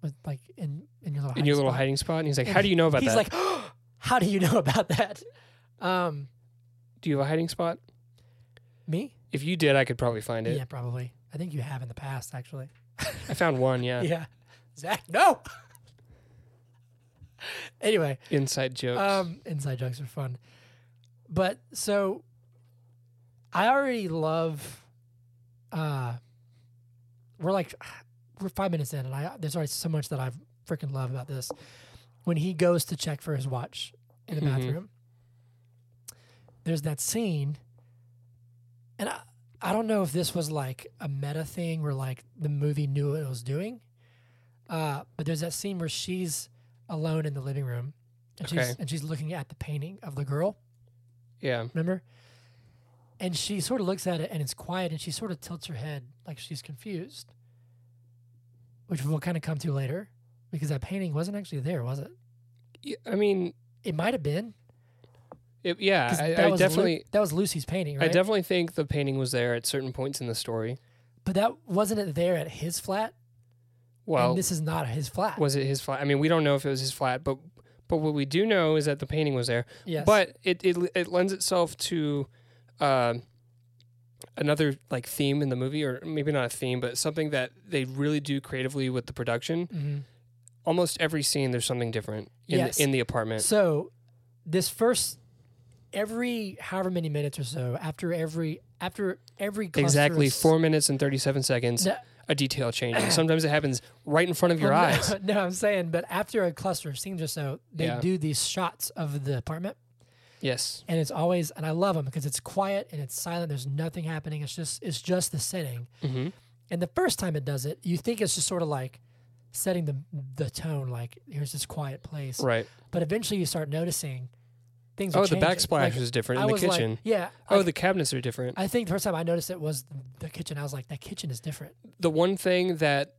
S1: with like in in your little
S2: In your little
S1: spot?"
S2: hiding spot. And he's like,
S1: And
S2: How do you know about
S1: He's
S2: that?
S1: like, "How do you know about that?" Um,
S2: do you have a hiding spot?
S1: me?
S2: If you did, I could probably find it.
S1: Yeah, probably. I think you have in the past, actually.
S2: I found one, yeah.
S1: Yeah, Zach. No. anyway,
S2: Inside jokes.
S1: Um, inside jokes are fun, but so I already love. Uh, we're like we're five minutes in, and I there's already so much that I freaking love about this. When he goes to check for his watch in the
S2: Mhm.
S1: bathroom, there's that scene, and I I don't know if this was like a meta thing where like the movie knew what it was doing, uh, but there's that scene where she's alone in the living room, and she's
S2: Okay.
S1: and she's looking at the painting of the girl.
S2: yeah.
S1: Remember? And she sort of looks at it and it's quiet and she sort of tilts her head like she's confused, which we'll kind of come to later because that painting wasn't actually there, was it?
S2: Y- I mean,
S1: It might have been.
S2: it, yeah.
S1: 'cause
S2: I,
S1: that
S2: I
S1: was Lu-
S2: definitely,
S1: that was Lucy's painting, right?
S2: I definitely think the painting was there at certain points in the story.
S1: but that wasn't it there at his flat.
S2: Well,
S1: and this is not his flat.
S2: was it his flat? I mean, we don't know if it was his flat, but but what we do know is that the painting was there.
S1: yes.
S2: But it, it it lends itself to um another like theme in the movie, or maybe not a theme, but something that they really do creatively with the production.
S1: Mhm.
S2: Almost every scene, there's something different in
S1: Yes.
S2: the, in the apartment.
S1: So, this first every however many minutes or so after every after every cluster
S2: Exactly
S1: of s-
S2: four minutes and thirty seven seconds.
S1: No.
S2: A detail changes. Sometimes it happens right in front of your
S1: Well, Oh, no-
S2: eyes.
S1: No, I'm saying, but after a cluster of scenes or so, they
S2: Yeah.
S1: do these shots of the apartment,
S2: Yes.
S1: and it's always, and I love them because it's quiet and it's silent. There's nothing happening. It's just, it's just the setting.
S2: hmm
S1: And the first time it does it, you think it's just sort of like setting the the tone, like here's this quiet place.
S2: Right.
S1: But eventually, you start noticing things. are
S2: Oh, the
S1: changing.
S2: backsplash
S1: Like,
S2: is different
S1: I
S2: in the
S1: was like-
S2: kitchen.
S1: yeah.
S2: oh,
S1: like,
S2: the cabinets are different.
S1: I think the first time I noticed it was the kitchen. I was like, that kitchen is different.
S2: the one thing that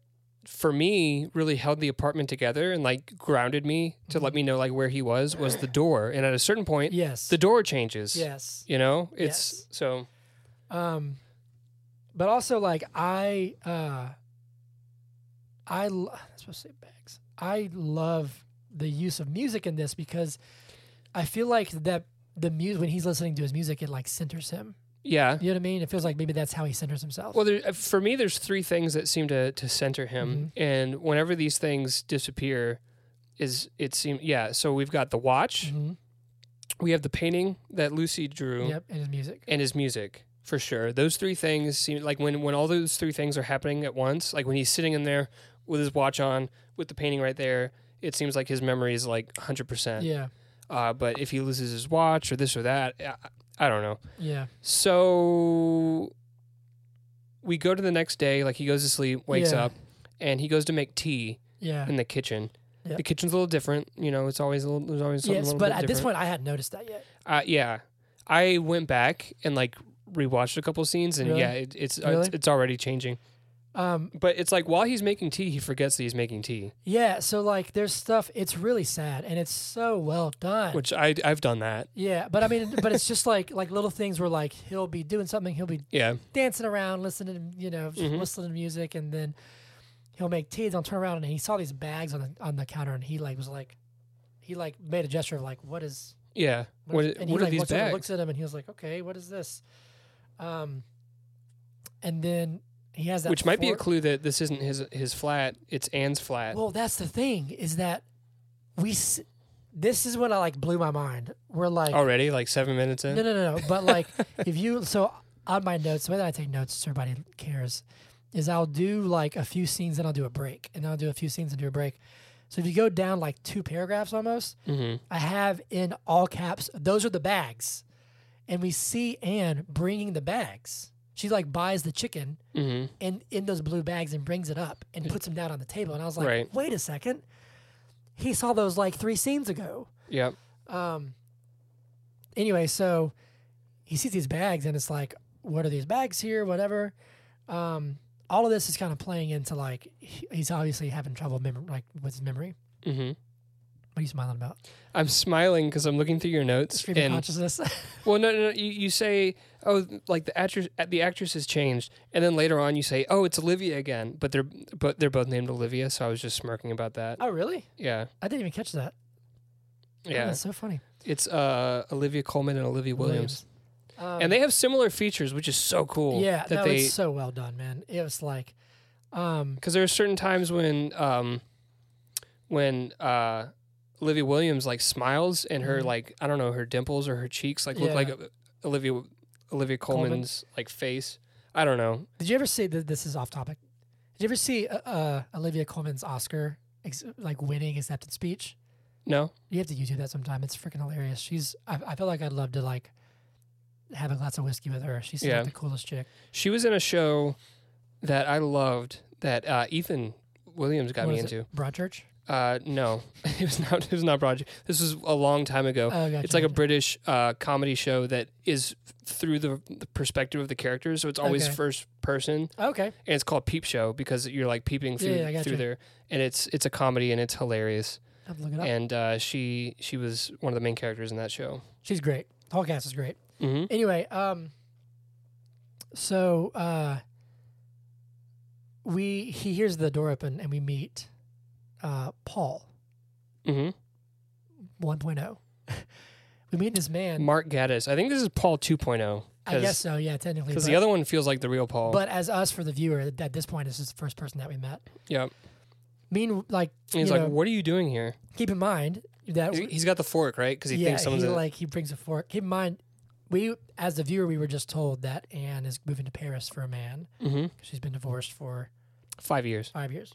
S2: for me really held the apartment together and like grounded me to let me know like where he was was the door and at a certain point
S1: Mm-hmm. Yes.
S2: the door changes
S1: yes.
S2: you know it's
S1: Yes.
S2: so
S1: Um, but also like I, uh, I lo- I'm supposed to say bags. I love the use of music in this because I feel like that the music when he's listening to his music, it like centers him.
S2: yeah
S1: You know what I mean? It feels like maybe that's how he centers himself.
S2: well there, uh, for me there's three things that seem to to center him
S1: Mm-hmm.
S2: and whenever these things disappear is it seem yeah so we've got the watch
S1: Mhm.
S2: we have the painting that lucy drew
S1: Yep, and his music.
S2: and his music for sure. Those three things seem like when when all those three things are happening at once, like when he's sitting in there with his watch on, with the painting right there, it seems like his memory is like 100%.
S1: Yeah.
S2: Uh, but if he loses his watch or this or that, I, I don't know.
S1: Yeah.
S2: So we go to the next day, like he goes to sleep, wakes
S1: Yeah.
S2: up, and he goes to make tea
S1: Yeah.
S2: in the kitchen.
S1: Yeah.
S2: The kitchen's a little different, you know. It's always a little. There's always something a
S1: yes,
S2: little
S1: but
S2: bit
S1: at this
S2: different.
S1: point, I hadn't noticed that yet.
S2: uh, yeah, I went back and like rewatched a couple scenes, and
S1: Really?
S2: yeah, it, it's, uh,
S1: Really?
S2: it's it's already changing.
S1: Um,
S2: But it's like while he's making tea, he forgets that he's making tea,
S1: yeah. So like, there's stuff. It's really sad, and it's so well done.
S2: which I I've done that.
S1: yeah, but I mean, but it's just like like little things where like he'll be doing something, he'll be
S2: Yeah,
S1: dancing around, listening, to, you know, just
S2: Mhm.
S1: listening to music, and then he'll make tea. They'll turn around, and he saw these bags on the on the counter, and he like was like, he like made a gesture of like, what is
S2: yeah. What
S1: What, is-
S2: i-
S1: and
S2: what
S1: he
S2: are
S1: like,
S2: these
S1: looks, over-
S2: bags?
S1: looks at him and he was like, okay, what is this? Um, and then he has that.
S2: Which might be a
S1: fork-
S2: clue that this isn't his his flat. It's Anne's flat.
S1: Well, that's the thing is that we. S- this is what I like blew my mind. We're like,
S2: already like seven minutes in.
S1: no, no, no, no. But like, if you so on my notes, the way that I take notes, so everybody cares, is I'll do like a few scenes, then I'll do a break, and then I'll do a few scenes and do a break. So if you go down like two paragraphs almost,
S2: hmm
S1: I have in all caps, those are the bags. And we see Anne bringing the bags. She like buys the chicken
S2: hmm
S1: and in those blue bags and brings it up and puts them down on the table. And I was like,
S2: Right.
S1: wait a second. He saw those like three scenes ago.
S2: Yep.
S1: Um, anyway, so he sees these bags and it's like, what are these bags here? Whatever. Um, all of this is kind of playing into like, he- he's obviously having trouble mem- like with his memory.
S2: hmm
S1: What are you smiling about?
S2: I'm smiling because I'm looking through your notes
S1: Stream of
S2: and
S1: consciousness.
S2: Well, no, no, no. You, you say, oh, like the actress, the actress has changed, and then later on you say, oh, it's Olivia again. But they're, but they're both named Olivia, so I was just smirking about that.
S1: oh, really?
S2: Yeah,
S1: I didn't even catch that. Oh,
S2: yeah.
S1: that's so funny.
S2: It's uh, Olivia Coleman and Olivia Williams,
S1: Um,
S2: and they have similar features, which is so cool.
S1: yeah,
S2: that
S1: no,
S2: they
S1: it's so well done, man. It was like, um,
S2: because there are certain times when, um, when uh, Olivia Williams like smiles and her
S1: Mhm.
S2: like I don't know her dimples or her cheeks like look
S1: Yeah.
S2: like uh, Olivia Olivia
S1: Colman.
S2: Coleman's like face. I don't know.
S1: did you ever see that? This is off topic. Did you ever see uh, uh, Olivia Coleman's Oscar ex- like winning acceptance speech?
S2: No.
S1: You have to YouTube that sometime. It's freaking hilarious. She's. I, I feel like I'd love to like have a glass of whiskey with her. She's
S2: Yeah.
S1: like the coolest chick.
S2: She was in a show that I loved that uh, Ethan Williams got
S1: What
S2: me
S1: is it?
S2: into.
S1: Broadchurch.
S2: Uh, no, it was not. It was not Broadway. This was a long time ago.
S1: Oh, gotcha,
S2: it's like a
S1: gotcha.
S2: British uh, comedy show that is through the, the perspective of the characters, so it's always
S1: Okay.
S2: first person,
S1: Okay.
S2: and it's called Peep Show because you're like peeping through
S1: Yeah, I got
S2: through
S1: you.
S2: there, and it's it's a comedy and it's hilarious.
S1: Have to look it up.
S2: And uh, she she was one of the main characters in that show.
S1: She's great. The whole cast is great.
S2: hmm
S1: anyway, um, so uh, we he hears the door open and we meet uh, Paul
S2: hmm
S1: 1.0. we meet this man.
S2: Mark Gaddis. I think this is Paul 2.0
S1: I guess
S2: because
S1: so. Yeah, technically.
S2: the other one feels like the real Paul.
S1: but as us for the viewer, at this point, this is the first person that we met.
S2: yeah.
S1: Mean like
S2: And he's
S1: you
S2: like,
S1: know,
S2: "What are you doing here?"
S1: keep in mind that
S2: He- He's got the fork, right? Because he
S1: yeah,
S2: thinks someone's
S1: he
S2: in-
S1: like he brings a fork. Keep in mind, we as the viewer, we were just told that Anne is moving to Paris for a man.
S2: Mhm.
S1: She's been divorced for
S2: five years.
S1: five years.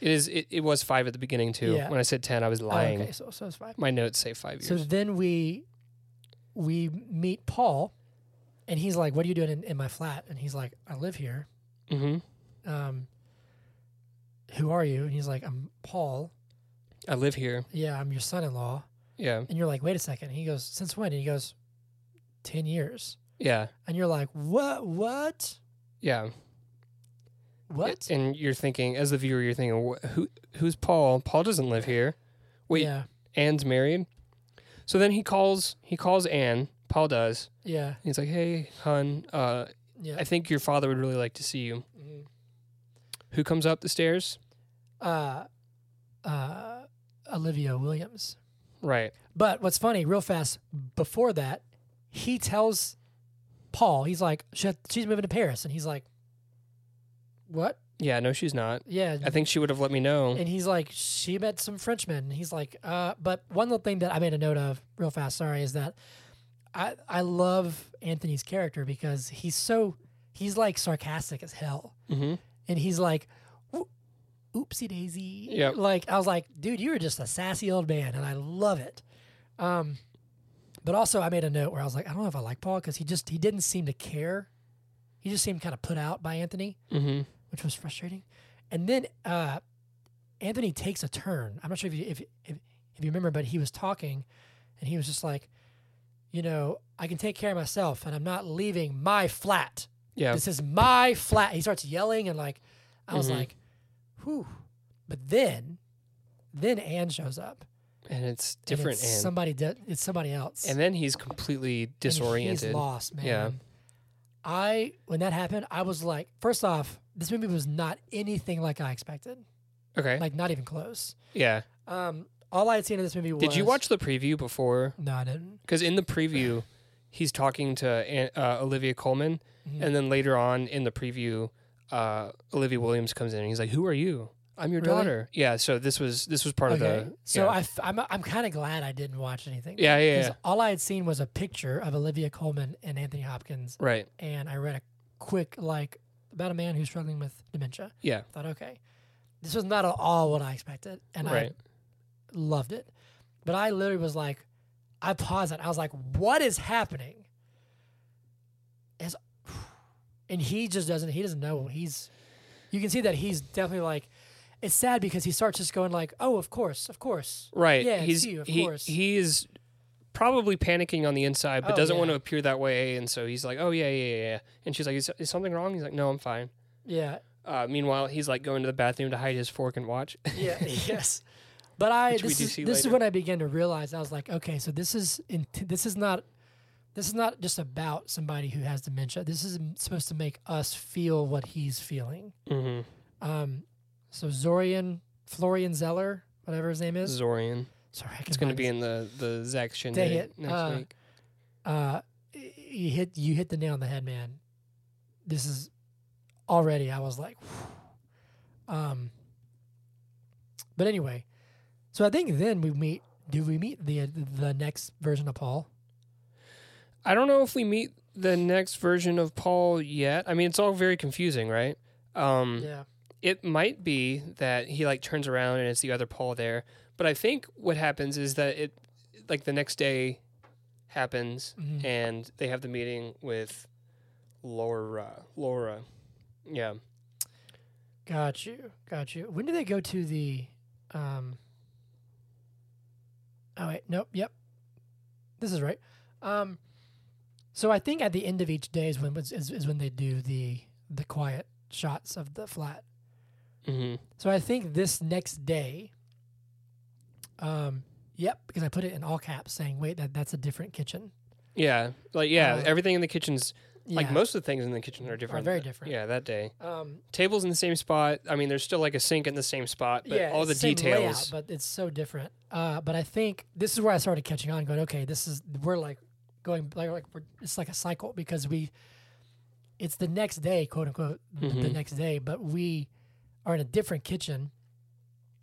S2: It is. It, it was five at the beginning too.
S1: Yeah.
S2: When I said ten, I was
S1: Oh,
S2: lying.
S1: okay, so so it's fine.
S2: My notes say five
S1: So
S2: years.
S1: then we we meet Paul, and he's like, "What are you doing in, in my flat?" And he's like, "I live here."
S2: hmm
S1: Um, who are you? And he's like, "I'm Paul.
S2: I live here.
S1: Yeah, I'm your son-in-law."
S2: Yeah.
S1: And you're like, "Wait a second. And he goes, "Since when?" And he goes, 10 years."
S2: Yeah.
S1: And you're like, "What? What?
S2: Yeah.
S1: What?"
S2: And you're thinking, as the viewer, you're thinking, "Wh- "Who? Who's Paul? Paul doesn't live here. Wait,
S1: Yeah,
S2: Anne's married." So then he calls. He calls Anne. Paul does.
S1: yeah,
S2: He's like, "Hey, hun. Uh,
S1: yeah.
S2: I think your father would really like to see you."
S1: Mhm.
S2: Who comes up the stairs?
S1: Uh, uh, Olivia Williams.
S2: Right.
S1: But what's funny, real fast, before that, he tells Paul, he's like, she, she's moving to Paris. And he's like, what?
S2: Yeah. No, she's not.
S1: Yeah.
S2: I think she would have let me know.
S1: and he's like, she met some Frenchmen. And he's like, uh, but one little thing that I made a note of real fast, sorry, is that I I love Anthony's character because he's so he's like sarcastic as hell,
S2: Mm-hmm.
S1: and he's like, "Oop- "Oopsie daisy."
S2: Yep.
S1: Like I was like, dude, you were just a sassy old man, and I love it. Um, but also I made a note where I was like, I don't know if I like Paul because he just he didn't seem to care. He just seemed kind of put out by Anthony
S2: Mm-hmm.
S1: which was frustrating. And then uh, Anthony takes a turn. I'm not sure if you, if, if if you remember, but he was talking, and he was just like, you know, I can take care of myself, and I'm not leaving my flat.
S2: Yeah.
S1: This is my flat. He starts yelling, and like, I was
S2: Mhm.
S1: like, whew. But then, then Anne shows up.
S2: and it's
S1: and
S2: different.
S1: it's
S2: and
S1: somebody. di- it's somebody else.
S2: and then he's completely
S1: And
S2: disoriented.
S1: He's lost, man.
S2: Yeah.
S1: I when that happened, I was like, first off, this movie was not anything like I expected.
S2: okay.
S1: Like not even close.
S2: yeah.
S1: Um, all I had seen in this movie was
S2: Did you watch the preview before?
S1: No, I didn't.
S2: Because in the preview, he's talking to An- uh, Olivia Coleman,
S1: Mm-hmm.
S2: and then later on in the preview, uh, Olivia Williams comes in and he's like, "Who are you? I'm your
S1: Really?
S2: daughter." Yeah. So this was this was part
S1: okay.
S2: of the.
S1: so
S2: yeah.
S1: I f- I'm I'm kind of glad I didn't watch anything.
S2: Yeah, yeah,
S1: 'Cause
S2: yeah.
S1: All I had seen was a picture of Olivia Colman and Anthony Hopkins,
S2: Right.
S1: and I read a quick like about a man who's struggling with dementia.
S2: Yeah.
S1: Thought okay, this was not at all what I expected, and
S2: Right.
S1: I loved it. But I literally was like, I paused it. I was like, what is happening? It's, and he just doesn't. He doesn't know. He's. You can see that he's definitely like. It's sad because he starts just going like, "Oh, of course, of course."
S2: Right.
S1: Yeah, it's
S2: he's
S1: you, of
S2: he,
S1: course.
S2: he is probably panicking on the inside, but
S1: Oh,
S2: doesn't
S1: yeah.
S2: want to appear that way, and so he's like, "Oh yeah, yeah, yeah." yeah." And she's like, "Is, is something wrong?" He's like, "No, I'm fine."
S1: Yeah.
S2: Uh, meanwhile, he's like going to the bathroom to hide his fork and watch.
S1: Yeah. yes. But I
S2: Which we
S1: this
S2: do
S1: is
S2: see
S1: this is
S2: later.
S1: when I began to realize I was like, okay, so this is in, this is not this is not just about somebody who has dementia. This is supposed to make us feel what he's feeling.
S2: mm-hmm.
S1: Um, so Zorian, Florian Zeller, whatever his name is.
S2: Zorian.
S1: Sorry, I
S2: It's
S1: can
S2: going to be in the the Zach
S1: Dang
S2: Shindig
S1: it.
S2: next
S1: Uh,
S2: week.
S1: Uh, y- you hit you hit the nail on the head, man. This is already. I was like, whew. um. But anyway, so I think then we meet. Do we meet the the next version of Paul?
S2: I don't know if we meet the next version of Paul yet. I mean, it's all very confusing, right? Um,
S1: Yeah.
S2: It might be that he like turns around and it's the other Paul there, but I think what happens is that it like the next day happens
S1: Mhm.
S2: and they have the meeting with Laura. Laura, yeah.
S1: Got you. Got you. When do they go to the? Um, oh wait. Nope. Yep. This is right. Um, so I think at the end of each day is when is, is when they do the the quiet shots of the flat.
S2: hmm
S1: So I think this next day. Um. Yep, because I put it in all caps, saying, "Wait, that that's a different kitchen."
S2: Yeah, like yeah,
S1: Uh,
S2: everything in the kitchen's like
S1: Yeah.
S2: most of the things in the kitchen are different.
S1: very different.
S2: Yeah, that day.
S1: Um,
S2: Tables in the same spot. I mean, there's still like a sink in the same spot, but
S1: yeah,
S2: all the
S1: it's same
S2: details.
S1: layout, but it's so different. Uh, but I think this is where I started catching on, going, okay, this is we're like going like, like we're, it's like a cycle because we, it's the next day, quote unquote, th- the
S2: Mhm.
S1: next day, but we are in a different kitchen,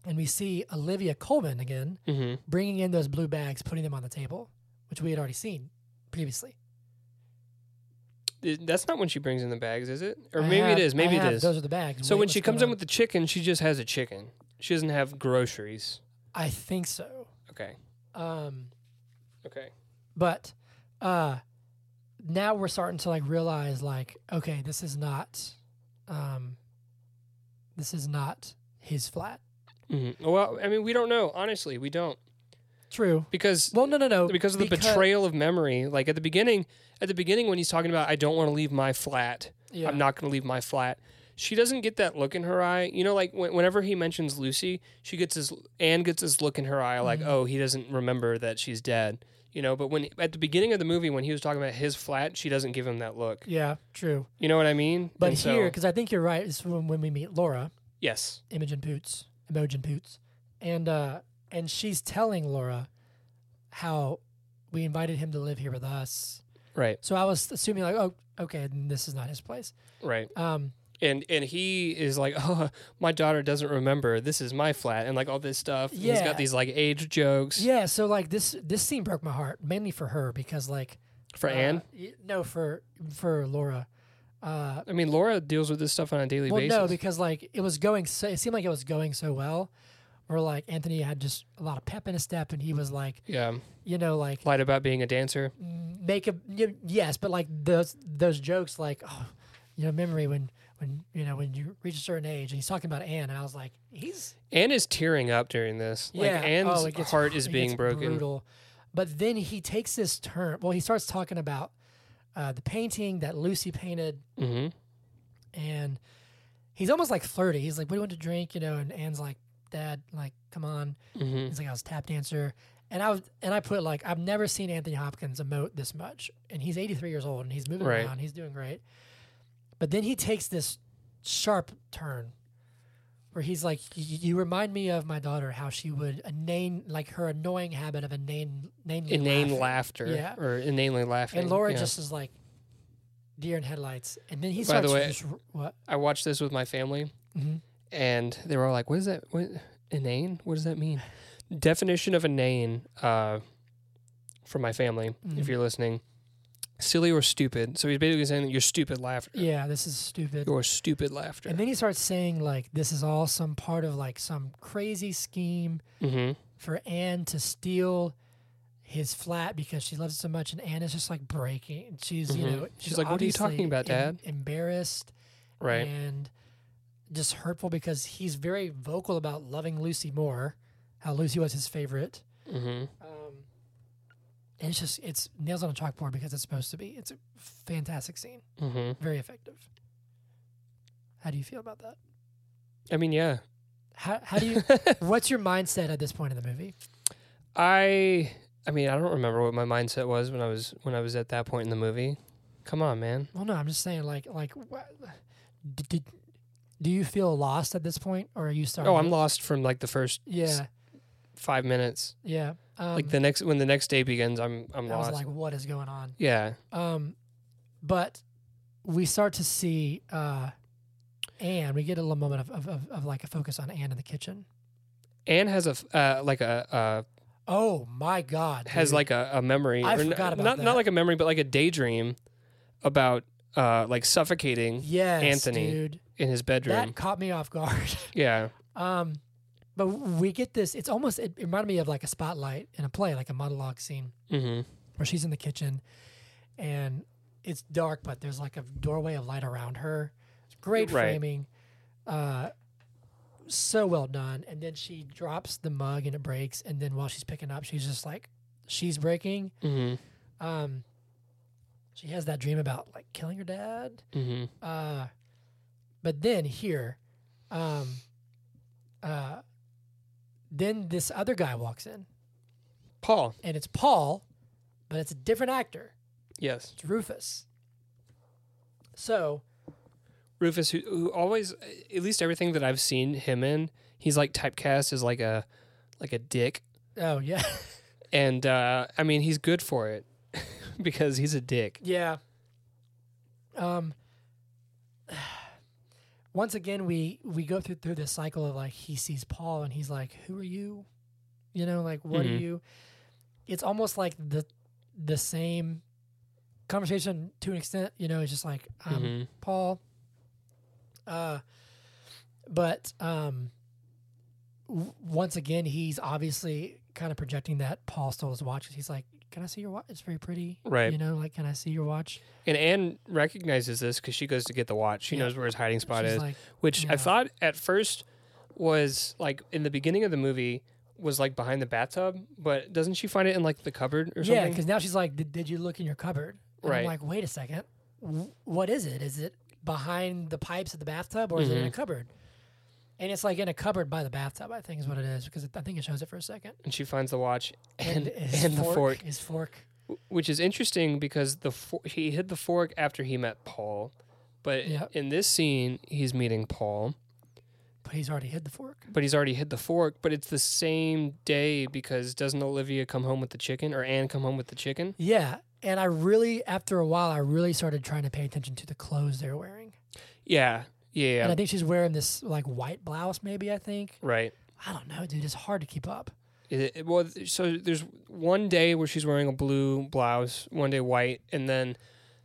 S1: and we see Olivia Coleman again
S2: mm-hmm.
S1: bringing in those blue bags, putting them on the table, which we had already seen previously.
S2: That's not when she brings in the bags, is it? Or
S1: I
S2: maybe
S1: have-
S2: it is.
S1: I
S2: Maybe it
S1: have-
S2: is.
S1: Those are the bags.
S2: so
S1: Wait,
S2: when she
S1: what's going
S2: comes in
S1: on?
S2: with the chicken, she just has a chicken. She doesn't have groceries.
S1: I think so.
S2: Okay.
S1: Um,
S2: Okay.
S1: but uh now we're starting to like realize like okay this is not um this is not his flat
S2: hmm Well, I mean, we don't know. Honestly, we don't
S1: true
S2: because
S1: well no no no
S2: because of the
S1: becau-
S2: betrayal of memory. Like at the beginning, at the beginning when he's talking about, I don't want to leave my flat.
S1: yeah.
S2: I'm not going to leave my flat. She doesn't get that look in her eye. You know, like when, whenever he mentions Lucy, she gets his Anne gets this look in her eye, like,
S1: Mm-hmm.
S2: oh, he doesn't remember that she's dead. You know, but when at the beginning of the movie, when he was talking about his flat, she doesn't give him that look.
S1: yeah true
S2: You know what I mean?
S1: but
S2: And so-
S1: here because i think you're right is when, when we meet laura
S2: yes,
S1: imogen poots imogen poots and uh and she's telling laura how we invited him to live here with us
S2: right,
S1: so i was assuming like oh okay then this is not his place
S2: right,
S1: um
S2: and and he is like, oh, my daughter doesn't remember. This is my flat, and like all this stuff. And He's
S1: Yeah.
S2: got these like age jokes.
S1: Yeah, so like this this scene broke my heart mainly for her because like
S2: For
S1: Uh,
S2: Anne?
S1: y- no, for for Laura. Uh,
S2: I mean, Laura deals with this stuff on a daily
S1: well,
S2: basis.
S1: no, because like it was going so it seemed like it was going so well. Where like Anthony had just a lot of pep in his step, and he was like,
S2: yeah,
S1: you know, like
S2: lied about being a dancer.
S1: make a y- yes, but like those those jokes, like oh, you know, memory when when you know when you reach a certain age, and he's talking about Anne, and I was like, he's
S2: Anne is tearing up during this.
S1: yeah,
S2: like Anne's
S1: oh, it gets-
S2: heart is
S1: it
S2: being
S1: gets
S2: broken.
S1: Brutal. But then he takes this turn. Well, he starts talking about uh, the painting that Lucy painted,
S2: hmm
S1: and he's almost like flirty. He's like, "What do you want to drink?" You know, and Anne's like, "Dad, like, come on."
S2: hmm
S1: He's like, "I was a tap dancer," and I was, and I put like, "I've never seen Anthony Hopkins emote this much," and he's 83 years old and he's moving
S2: Right.
S1: around, he's doing great. But then he takes this sharp turn where he's like, "Y- "You remind me of my daughter, how she would inane like her annoying habit of inane, inanely
S2: Inane
S1: laughing."
S2: laughter
S1: Yeah.
S2: or inanely laughing.
S1: And Laura
S2: yeah.
S1: just is like, "Deer in headlights," and then he
S2: By the
S1: starts
S2: way-
S1: just r- what.
S2: I watched this with my family,
S1: Mhm.
S2: and they were all like, "What is that? What inane? What does that mean?" Definition of inane uh, from my family. If
S1: Mhm.
S2: you're listening, silly or stupid. So he's basically saying that your stupid laughter,
S1: Yeah, this is stupid.
S2: your stupid laughter.
S1: And then he starts saying like this is all some part of like some crazy scheme
S2: mm-hmm.
S1: for Anne to steal his flat because she loves it so much and Anne is just like breaking. She's, you
S2: Mhm.
S1: know,
S2: She's like, "What are you talking
S1: obviously
S2: about,
S1: em-
S2: Dad?"
S1: embarrassed
S2: Right.
S1: and just hurtful because he's very vocal about loving Lucy more, how Lucy was his favorite.
S2: Mm-hmm.
S1: Um, and it's just it's nails on a chalkboard because it's supposed to be. It's a fantastic scene.
S2: Mm-hmm.
S1: Very effective. How do you feel about that?
S2: I mean, yeah.
S1: How, how do you? what's your mindset at this point in the movie?
S2: I I mean, I don't remember what my mindset was when I was when I was at that point in the movie. Come on, man.
S1: Well, no, I'm just saying, like, like, what, did, did, do you feel lost at this point, or are you starting?
S2: Oh, I'm
S1: to-
S2: lost from like the first
S1: Yeah,
S2: 5 minutes.
S1: yeah. Um,
S2: like the next when the next day begins, I'm I'm
S1: I was
S2: lost.
S1: like, what is going on?
S2: yeah.
S1: Um, but we start to see uh, Anne. We get a little moment of, of, of, of like a focus on Anne in the kitchen.
S2: Anne has a f- uh, like a
S1: Oh my God!
S2: uh, has
S1: dude.
S2: like a, a memory.
S1: Mm-hmm. I
S2: or n-
S1: forgot about
S2: not
S1: that.
S2: not like a memory, but like a daydream about uh, like suffocating
S1: yes,
S2: Anthony
S1: dude.
S2: in his bedroom.
S1: That caught me off guard.
S2: yeah.
S1: Um, but we get this. It's almost it, it reminded me of like a spotlight in a play, like a monologue scene
S2: hmm
S1: where she's in the kitchen, and it's dark, but there's like a doorway of light around her. It's great
S2: Right.
S1: framing, uh, so well done. And then she drops the mug and it breaks. And then while she's picking up, she's just like she's breaking.
S2: hmm
S1: Um, she has that dream about like killing her dad.
S2: hmm
S1: Uh, but then here, um, uh, then this other guy walks in,
S2: Paul.
S1: and it's Paul, but it's a different actor.
S2: Yes.
S1: It's Rufus. So
S2: Rufus, who, who always, at least everything that I've seen him in, he's like typecast as like a like a dick,
S1: oh yeah,
S2: and uh, I mean he's good for it because he's a dick.
S1: yeah. Um. Once again, we we go through through this cycle of like he sees Paul and he's like, "Who are you?" You know, like what are
S2: Mhm.
S1: you? It's almost like the the same conversation to an extent. You know, it's just like um, I'm
S2: Mhm.
S1: Paul. Uh, but um, w- once again, he's obviously kind of projecting that Paul stole his watch. He's like, "Can I see your watch? It's very pretty,
S2: Right.
S1: You know, like, can I see your watch?"
S2: And Anne recognizes this because she goes to get the watch. She
S1: Yeah.
S2: knows where his hiding spot
S1: She's
S2: is,
S1: like,
S2: which
S1: yeah.
S2: I thought at first was like in the beginning of the movie was like behind the bathtub, but doesn't she find it in like the cupboard or
S1: "Yeah,"
S2: something?
S1: because now she's like, "Did, did you look in your cupboard?" And I'm
S2: Right.
S1: like, "Wait a second, Wh- what is it? Is it behind the pipes at the bathtub, or is
S2: Mm-hmm.
S1: it in a cupboard?" And it's like in a cupboard by the bathtub, I think is what it is, because it, I think it shows it for a second.
S2: and she finds the watch and and,
S1: his
S2: the fork,
S1: his fork.
S2: which is interesting because the for- he hid the fork after he met Paul, but
S1: Yeah.
S2: in this scene he's meeting Paul,
S1: But he's already hid the fork.
S2: but he's already hid the fork. But it's the same day because doesn't Olivia come home with the chicken or Anne come home with the chicken?
S1: Yeah. And I really, after a while, I really started trying to pay attention to the clothes they're wearing.
S2: Yeah, yeah, yeah.
S1: And I think she's wearing this like white blouse, maybe. I think.
S2: right.
S1: I don't know, dude. It's hard to keep up.
S2: It, it- well, th- so there's one day where she's wearing a blue blouse, one day white, and then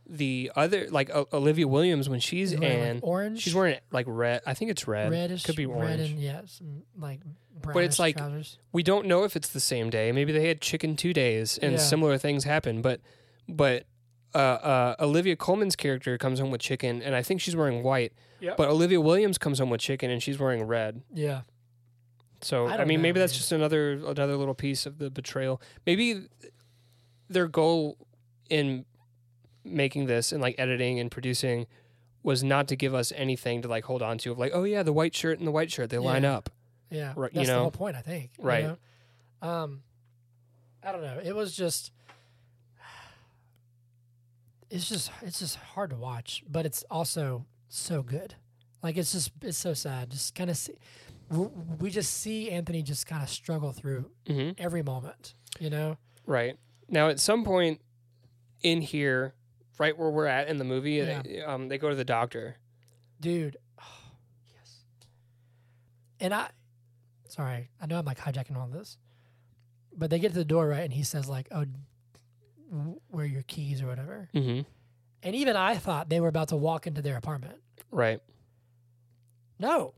S2: the other, like O- Olivia Williams, when she's
S1: She's
S2: Anne,
S1: wearing, like, orange.
S2: she's wearing it like red. I think it's red.
S1: reddish.
S2: could be
S1: Red
S2: orange.
S1: and yeah, some, like brownish
S2: it's like-
S1: trousers.
S2: we don't know if it's the same day. Maybe they had chicken two days and
S1: Yeah.
S2: similar things happen. But but uh, uh, Olivia Coleman's character comes home with chicken, and I think she's wearing white.
S1: Yep.
S2: But Olivia Williams comes home with chicken, and she's wearing red.
S1: Yeah.
S2: So
S1: I
S2: I,
S1: don't
S2: mean,
S1: know,
S2: maybe that's
S1: man.
S2: just another another little piece of the betrayal. Maybe their goal in making this and like editing and producing was not to give us anything to like hold on to of like oh yeah the white shirt and the white shirt they line
S1: Yeah.
S2: up
S1: Yeah,
S2: Right, you
S1: that's the
S2: know?
S1: whole point, I think. you
S2: Right.
S1: know? Um, I don't know. It was just, it's just, it's just hard to watch, but it's also so good. Like it's just, it's so sad. Just kind of see, we, we just see Anthony just kind of struggle through
S2: mm-hmm.
S1: every moment. You know?
S2: Right. Now, at some point in here, right where we're at in the movie,
S1: Yeah.
S2: um, they go to the doctor.
S1: dude. Oh, yes. And I, sorry, I know I'm like hijacking all this, but they get to the door right, and he says like, "Oh, w- where are your keys or whatever."
S2: Mm-hmm.
S1: And even I thought they were about to walk into their apartment.
S2: Right.
S1: No,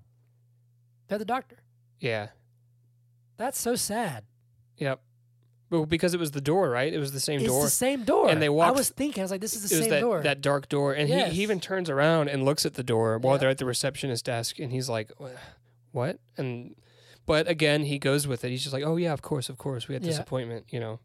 S1: they're the doctor.
S2: Yeah.
S1: That's so sad.
S2: Yep. Well, because it was the door, right? It was the same
S1: It's
S2: door.
S1: the same door.
S2: And they
S1: I
S2: walked-
S1: was thinking, I was like, "This is the
S2: it was
S1: same
S2: that,
S1: door."
S2: that dark door. And he,
S1: Yes.
S2: he even turns around and looks at the door while
S1: Yeah.
S2: they're at the receptionist desk. And he's like, "Wha- what? And, but again, he goes with it. He's just like, oh, yeah, of course, of course. We had this
S1: Yeah.
S2: appointment, you know.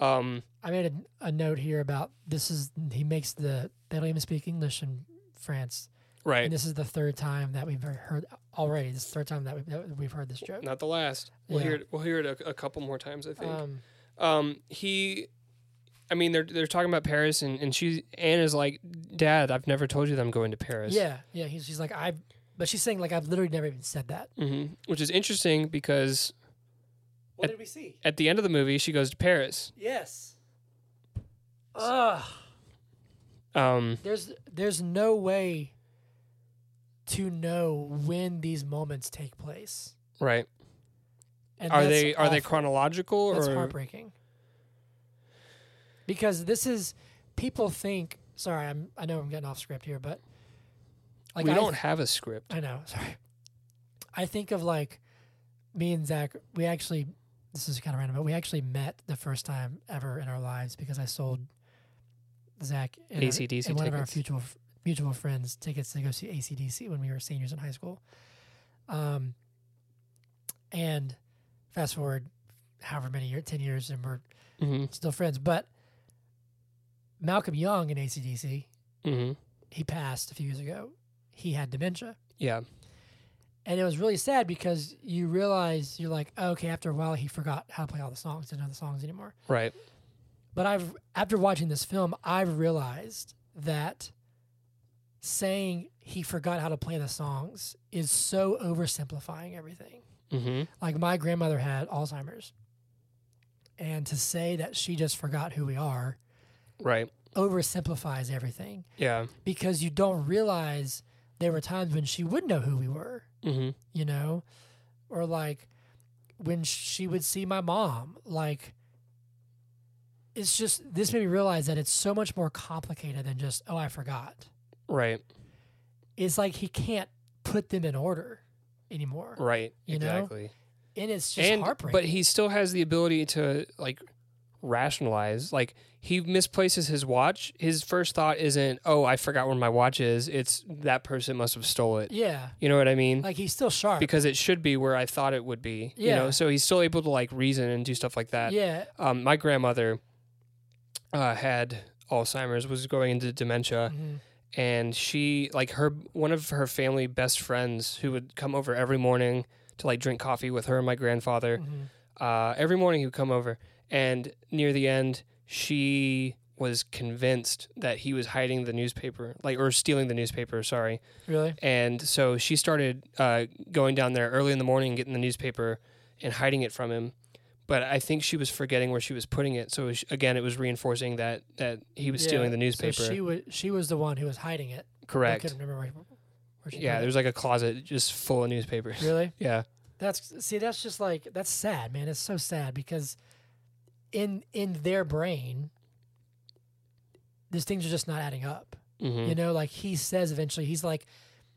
S2: Um,
S1: I made a, a note here about this is he makes the they don't even speak English in France.
S2: right.
S1: And this is the third time that we've heard already. This is the third time that we've, that we've heard this joke.
S2: Not the last. We'll
S1: Yeah.
S2: hear it. We'll hear it a, a couple more times, I think.
S1: Um,
S2: um he i mean they're they're talking about paris and and she anne is like dad i've never told you that i'm going to paris
S1: yeah, yeah. He's, she's like I've, but she's saying like I've literally never even said that.
S2: hmm which is interesting because
S1: What did we see?
S2: at the end of the movie she goes to paris
S1: Yes. Ugh.
S2: um
S1: There's there's no way to know when these moments take place.
S2: right
S1: And
S2: are
S1: that's
S2: they are they
S1: awful.
S2: chronological
S1: That's
S2: or
S1: heartbreaking. Because this is people think. Sorry, I'm. I know I'm getting off script here, but
S2: we
S1: I
S2: don't have a script
S1: I know. Sorry. I think of like me and Zach. We actually, this is kind of random, but we actually met the first time ever in our lives because I sold Zach and, our-
S2: AC/DC
S1: and one of our
S2: tickets.
S1: mutual mutual friends tickets to go see ACDC when we were seniors in high school. Um, and fast forward however many years, ten years, and we're
S2: hmm
S1: still friends. But Malcolm Young in ACDC,
S2: hmm
S1: he passed a few years ago. He had dementia.
S2: yeah
S1: And it was really sad because you realize you're like, oh, okay, after a while, he forgot how to play all the songs, didn't know the songs anymore.
S2: right
S1: But I've after watching this film, I've realized that saying he forgot how to play the songs is so oversimplifying everything.
S2: hmm
S1: Like my grandmother had Alzheimer's, and to say that she just forgot who we are
S2: right
S1: oversimplifies everything
S2: yeah
S1: because you don't realize there were times when she would know who we were.
S2: hmm
S1: you know or like when she would see my mom like it's just this made me realize that it's so much more complicated than just oh i forgot
S2: right
S1: it's like he can't put them in order anymore
S2: right
S1: You know?
S2: exactly
S1: and it's just
S2: and
S1: heartbreaking
S2: but he still has the ability to like rationalize like he misplaces his watch his first thought isn't oh i forgot where my watch is it's that person must have stole it
S1: yeah
S2: you know what i mean
S1: like he's still sharp
S2: because it should be where i thought it would be you
S1: Yeah.
S2: know so he's still able to like reason and do stuff like that
S1: yeah
S2: um, my grandmother uh, had alzheimer's was going into dementia
S1: mhm,
S2: and she like her one of her family best friends who would come over every morning to like drink coffee with her and my grandfather
S1: mhm.
S2: uh, every morning he would come over and near the end she was convinced that he was hiding the newspaper like or stealing the newspaper sorry
S1: really
S2: and so she started uh, going down there early in the morning and getting the newspaper and hiding it from him but i think she was forgetting where she was putting it so sh- again it was reinforcing that that he was
S1: Yeah.
S2: stealing the newspaper
S1: so she was she was the one who was hiding it i
S2: correct
S1: couldn't remember where, where she
S2: yeah
S1: put it.
S2: there's like a closet just full of newspapers
S1: really
S2: yeah
S1: That's see, that's just like that's sad, man. It's so sad because in in their brain, these things are just not adding up.
S2: Mhm.
S1: You know, like he says eventually, he's like,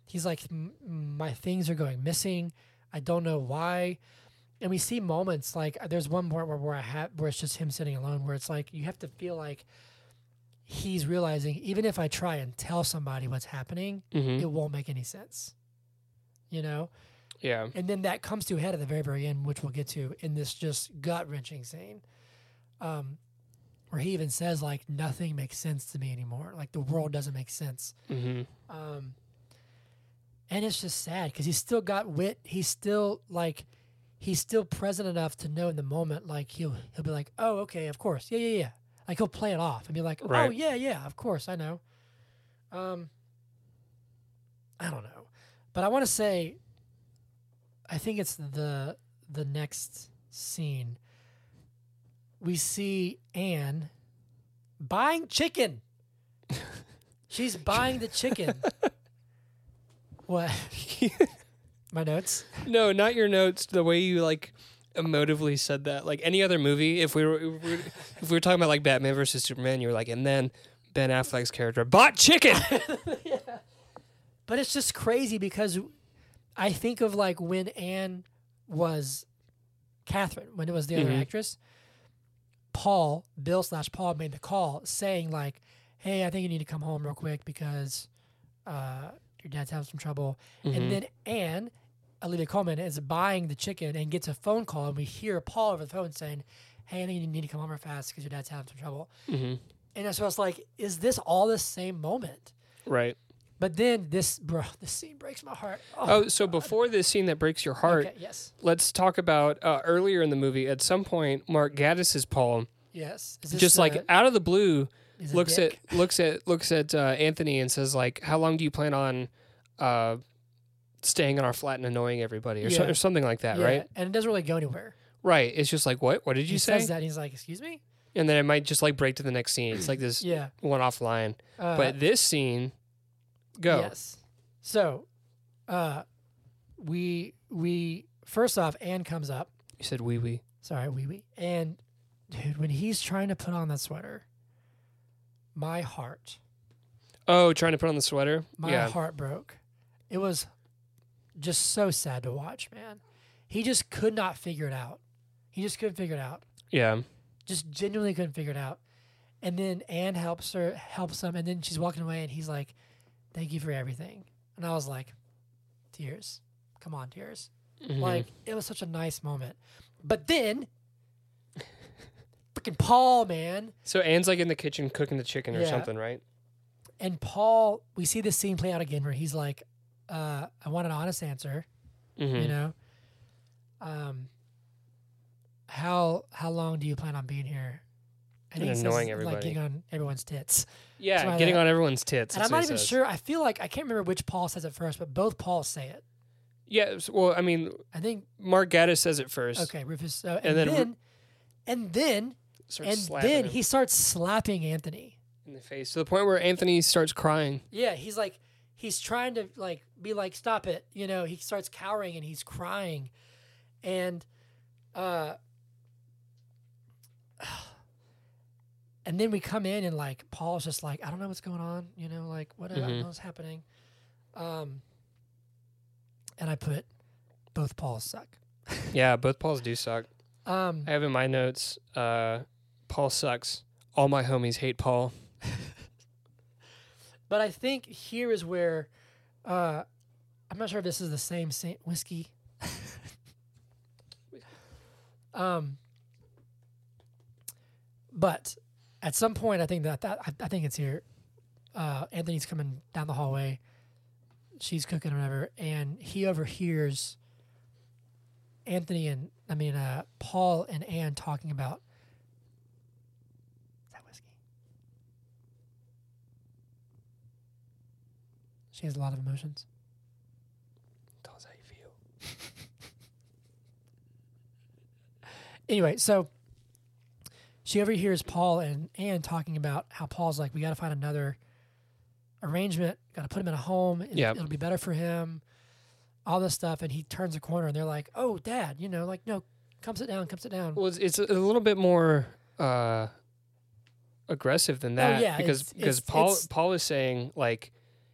S1: he's like, "M- my things are going missing. I don't know why. And we see moments like uh, there's one point where where I have where it's just him sitting alone, where it's like you have to feel like he's realizing even if I try and tell somebody what's happening,
S2: Mhm.
S1: it won't make any sense. You know,
S2: Yeah.
S1: and then that comes to a head at the very, very end, which we'll get to in this just gut wrenching scene, um, where he even says like nothing makes sense to me anymore. Like the world doesn't make sense.
S2: hmm
S1: Um, and it's just sad because he's still got wit. He's still like, he's still present enough to know in the moment. Like he'll he'll be like, oh okay, of course, yeah yeah yeah. Like he'll play it off and be like, oh
S2: Right.
S1: yeah yeah, of course I know. Um, I don't know, but I want to say, I think it's the the next scene. We see Anne buying chicken. She's buying the chicken. what? My notes.
S2: No, not your notes. The way you like emotively said that, like any other movie, if we were if we were, if we were talking about like Batman versus Superman, you were like, and then Ben Affleck's character bought chicken.
S1: But it's just crazy because I think of like when Anne was Catherine, when it was the other
S2: Mhm.
S1: actress, Paul, Bill slash Paul made the call saying like, Hey, I think you need to come home real quick because uh, your dad's having some trouble. And then Anne, Olivia Coleman, is buying the chicken and gets a phone call and we hear Paul over the phone saying, Hey, I think you need to come home real fast because your dad's having some trouble.
S2: hmm
S1: And so I was like, Is this all the same moment?
S2: Right.
S1: But then this bro, this scene breaks my heart. Oh,
S2: Oh, so before this scene that breaks your heart,
S1: okay, yes,
S2: let's talk about uh, earlier in the movie. At some point, Mark Gaddis's Paul
S1: yes. Is this
S2: just like
S1: the-
S2: out of the blue
S1: is it
S2: looks
S1: Dick?
S2: at looks at looks at uh, Anthony and says like, "How long do you plan on uh, staying in our flat and annoying everybody, or, so-
S1: Yeah.
S2: or something like that?"
S1: Yeah,
S2: Right.
S1: and it doesn't really go anywhere.
S2: Right. It's just like, what? What did you
S1: he
S2: say?
S1: says that and he's like, "Excuse me."
S2: And then it might just like break to the next scene. It's like this
S1: Yeah,
S2: one off line.
S1: uh,
S2: but this scene, go.
S1: yes. So, uh, we we first off, Anne comes up.
S2: You said wee wee.
S1: Sorry, wee wee. And dude, when he's trying to put on that sweater, my heart,
S2: Oh, trying to put on the sweater.
S1: my
S2: yeah.
S1: heart broke. It was just so sad to watch, man. He just could not figure it out. He just couldn't figure it out.
S2: Yeah.
S1: just genuinely couldn't figure it out. And then Anne helps her, helps him, and then she's walking away, and he's like, "Thank you for everything." And I was like, "Tears, come on, tears!"
S2: Mhm.
S1: Like it was such a nice moment. But then, freaking Paul, man,
S2: So Anne's like in the kitchen cooking the chicken or
S1: Yeah.
S2: something, right?
S1: and Paul, we see this scene play out again where he's like, uh, "I want an honest answer,"
S2: Mm-hmm.
S1: you know. Um. How how long do you plan on being here?
S2: And
S1: he says
S2: annoying
S1: it's Like
S2: everybody.
S1: getting on everyone's tits. That's
S2: yeah,
S1: why
S2: getting
S1: that-
S2: on everyone's tits.
S1: And
S2: that's
S1: I'm
S2: what
S1: not
S2: he
S1: even
S2: says.
S1: sure. I feel like I can't remember which Paul says it first, but both Pauls say it.
S2: Yeah. s- Well, I mean,
S1: I think
S2: Mark Gaddis says it first.
S1: okay, Rufus. Uh, and,
S2: And
S1: then,
S2: then Ru-
S1: and then,
S2: Starts
S1: and
S2: slapping
S1: then
S2: him
S1: he starts slapping Anthony.
S2: in the face to the point where Anthony starts crying.
S1: Yeah, he's like, he's trying to like be like, stop it. You know, he starts cowering and he's crying, and, uh, and then we come in and like Paul's just like, I don't know what's going on. You know, like what I don't
S2: Mhm.
S1: know what's happening. Um, and I put both Pauls suck.
S2: Yeah, both Pauls do suck.
S1: Um,
S2: I have in my notes, uh, Paul sucks. All my homies hate Paul.
S1: but I think here is where uh, I'm not sure if this is the same sa- whiskey. um, but at some point, I think that, that I, I think it's here. Uh, Anthony's coming down the hallway. She's cooking or whatever, and he overhears Anthony and I mean uh, Paul and Anne talking about. Is that whiskey? She has a lot of emotions.
S2: Tell us how you feel.
S1: anyway, so she overhears Paul and Anne talking about how Paul's like, we got to find another arrangement, got to put him in a home. It,
S2: Yep.
S1: It'll be better for him. all this stuff, and he turns a corner, and they're like, "Oh, Dad," you know, like, "No, come sit down, come sit down."
S2: Well, it's, it's a little bit more uh, aggressive than that
S1: Oh, yeah,
S2: because
S1: it's-
S2: because
S1: it's-
S2: Paul
S1: it's-
S2: Paul is saying like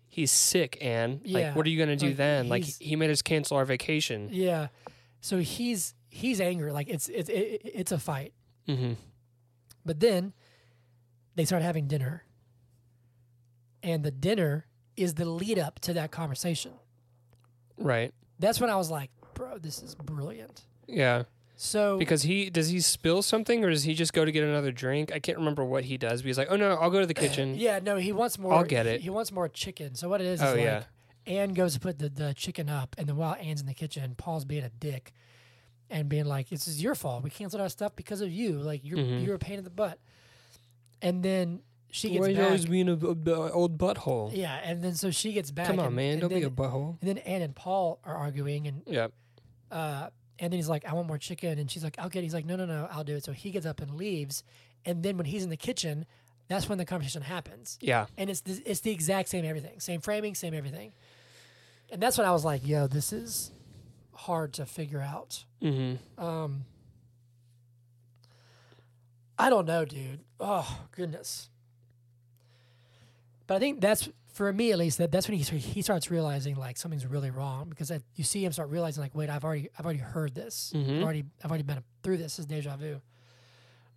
S2: he's sick, Anne.
S1: Yeah,
S2: like, what are you gonna do
S1: like,
S2: then? Like
S1: he's-
S2: he made us cancel our vacation.
S1: Yeah, so he's he's angry, like it's it's it, it's a fight.
S2: Mm-hmm.
S1: But then they start having dinner. And the dinner is the lead up to that conversation.
S2: Right.
S1: That's when I was like, bro, this is brilliant.
S2: Yeah.
S1: So
S2: Because he does he spill something or does he just go to get another drink? I can't remember what he does. But he's like, oh no, I'll go to the kitchen.
S1: yeah, no, he wants more
S2: I'll get it.
S1: He, wants more chicken. So what it is is
S2: Oh,
S1: like
S2: yeah.
S1: Anne goes to put the, the chicken up and then while Anne's in the kitchen, Paul's being a dick and being like, This is your fault. We canceled our stuff because of you. Like you're
S2: Mhm.
S1: you're a pain in the butt. And then she gets
S2: Why you
S1: back.
S2: always being a, a- a old butthole?
S1: yeah, and then so she gets back.
S2: Come on,
S1: and-
S2: man,
S1: and
S2: don't be
S1: then-
S2: a butthole.
S1: And then Anne and Paul are arguing, and
S2: Yeah.
S1: uh, and then he's like, "I want more chicken," and she's like, "I'll get." it." He's like, "No, no, no, I'll do it." So he gets up and leaves, and then when he's in the kitchen, that's when the conversation happens,
S2: Yeah.
S1: and it's the, it's the exact same everything, same framing, same everything, and that's when I was like, "Yo, this is hard to figure out."
S2: Mm-hmm.
S1: Um, I don't know, dude. Oh goodness. But I think that's for me at least that that's when he start- he starts realizing like something's really wrong because I, you see him start realizing like wait I've already I've already heard this
S2: Mhm.
S1: I've already I've already been through this this is deja vu.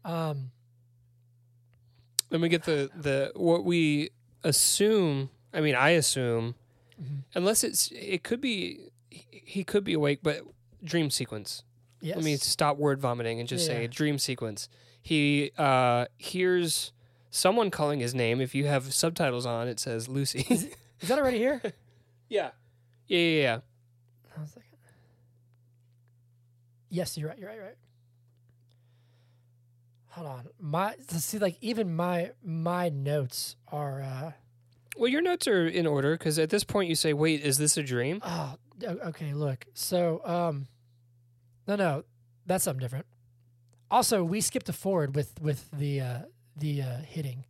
S1: Um.
S2: Then we get the the what we assume. I mean, I assume,
S1: Mhm.
S2: unless it's it could be he, he could be awake, but dream sequence.
S1: Yes.
S2: Let me stop word vomiting and just
S1: Yeah.
S2: say dream sequence. He uh, hears someone calling his name. If you have subtitles on, it says Lucy.
S1: is that already here?
S2: yeah. Yeah, yeah, yeah.
S1: I was like, yes, you're right. You're right. Right. Hold on. My to see like even my my notes are. uh
S2: Well, your notes are in order because at this point you say, "Wait, is this a dream?"
S1: Oh, d- okay. Look, so um, no, no, that's something different. Also, we skipped a forward with with the uh, the uh, hitting.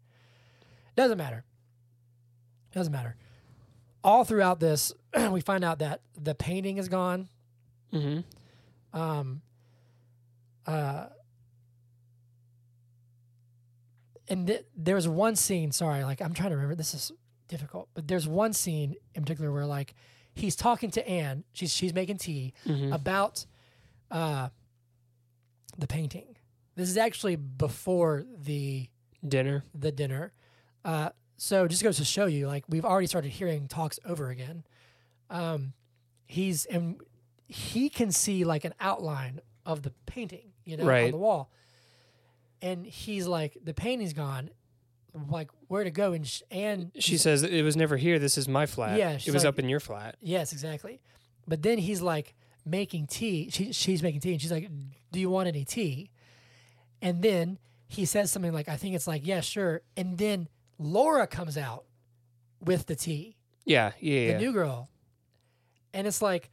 S1: Doesn't matter. Doesn't matter. All throughout this, we find out that the painting is gone.
S2: Mm-hmm.
S1: Um, uh, and th- there was one scene. Sorry, like I'm trying to remember. This is difficult, but there's one scene in particular where like he's talking to Anne. She's she's making tea
S2: Mhm.
S1: about uh, the painting. This is actually before the
S2: Dinner.
S1: the dinner. Uh, so it just goes to show you, like we've already started hearing talks over again. Um, he's and he can see like an outline of the painting, you know, on
S2: Right.
S1: the wall. And he's like, the painting's gone. Like where to go? And sh- and
S2: She says it was never here. This is my flat.
S1: Yeah,
S2: it
S1: she's
S2: was
S1: like-
S2: up in your flat.
S1: Yes, exactly. But then he's like making tea. She, she's making tea, and she's like, "Do you want any tea?" And then he says something like, "I think it's like, yeah, sure." And then Laura comes out with the tea,
S2: Yeah, yeah, yeah.
S1: the new girl, and it's like,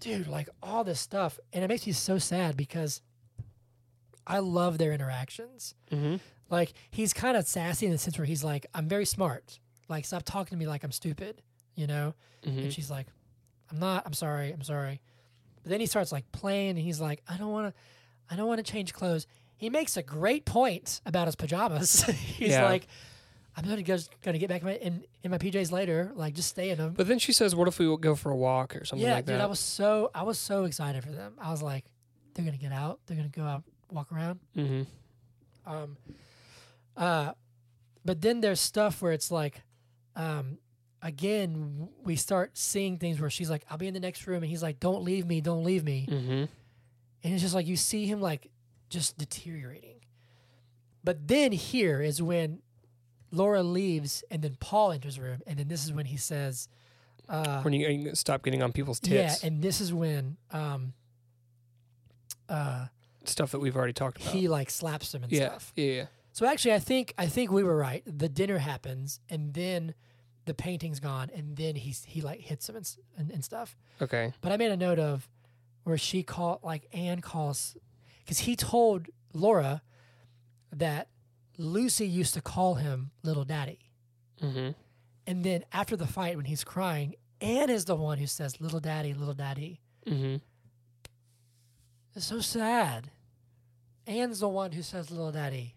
S1: dude, like all this stuff, and it makes me so sad because I love their interactions.
S2: Mhm.
S1: Like he's kind of sassy in the sense where he's like, "I'm very smart. Like stop talking to me like I'm stupid," you know
S2: Mhm.
S1: and she's like i'm not i'm sorry i'm sorry but then he starts like playing and he's like i don't want to i don't want to change clothes he makes a great point about his pajamas he's
S2: Yeah.
S1: like i'm gonna go, gonna get back in my in, in my pjs later like just stay in them
S2: But then she says, "What if we go for a walk or something
S1: yeah
S2: like that?"
S1: dude i was so i was so excited for them i was like they're gonna get out they're gonna go out walk around
S2: mm-hmm.
S1: Um, uh, but then there's stuff where it's like, um, again, w- we start seeing things where she's like, I'll be in the next room. And he's like, don't leave me, don't leave me.
S2: Mm-hmm.
S1: And it's just like, you see him like just deteriorating. But then here is when Laura leaves and then Paul enters the room. And then this is when he says, uh,
S2: When you, you stop getting on people's tits,
S1: yeah. And this is when, um, uh,
S2: stuff that we've already talked about.
S1: he like slaps him and
S2: Uh, yeah,
S1: stuff.
S2: yeah, yeah.
S1: So actually, I think I think we were right. The dinner happens, and then the painting's gone, and then he's he like hits him and, s- and, and stuff.
S2: Okay.
S1: But I made a note of where she called like Anne calls because he told Laura that Lucy used to call him little daddy,
S2: Mm-hmm.
S1: and then after the fight when he's crying, Anne is the one who says, "Little daddy, little daddy."
S2: Mm-hmm.
S1: It's so sad. Anne's the one who says, "Little daddy."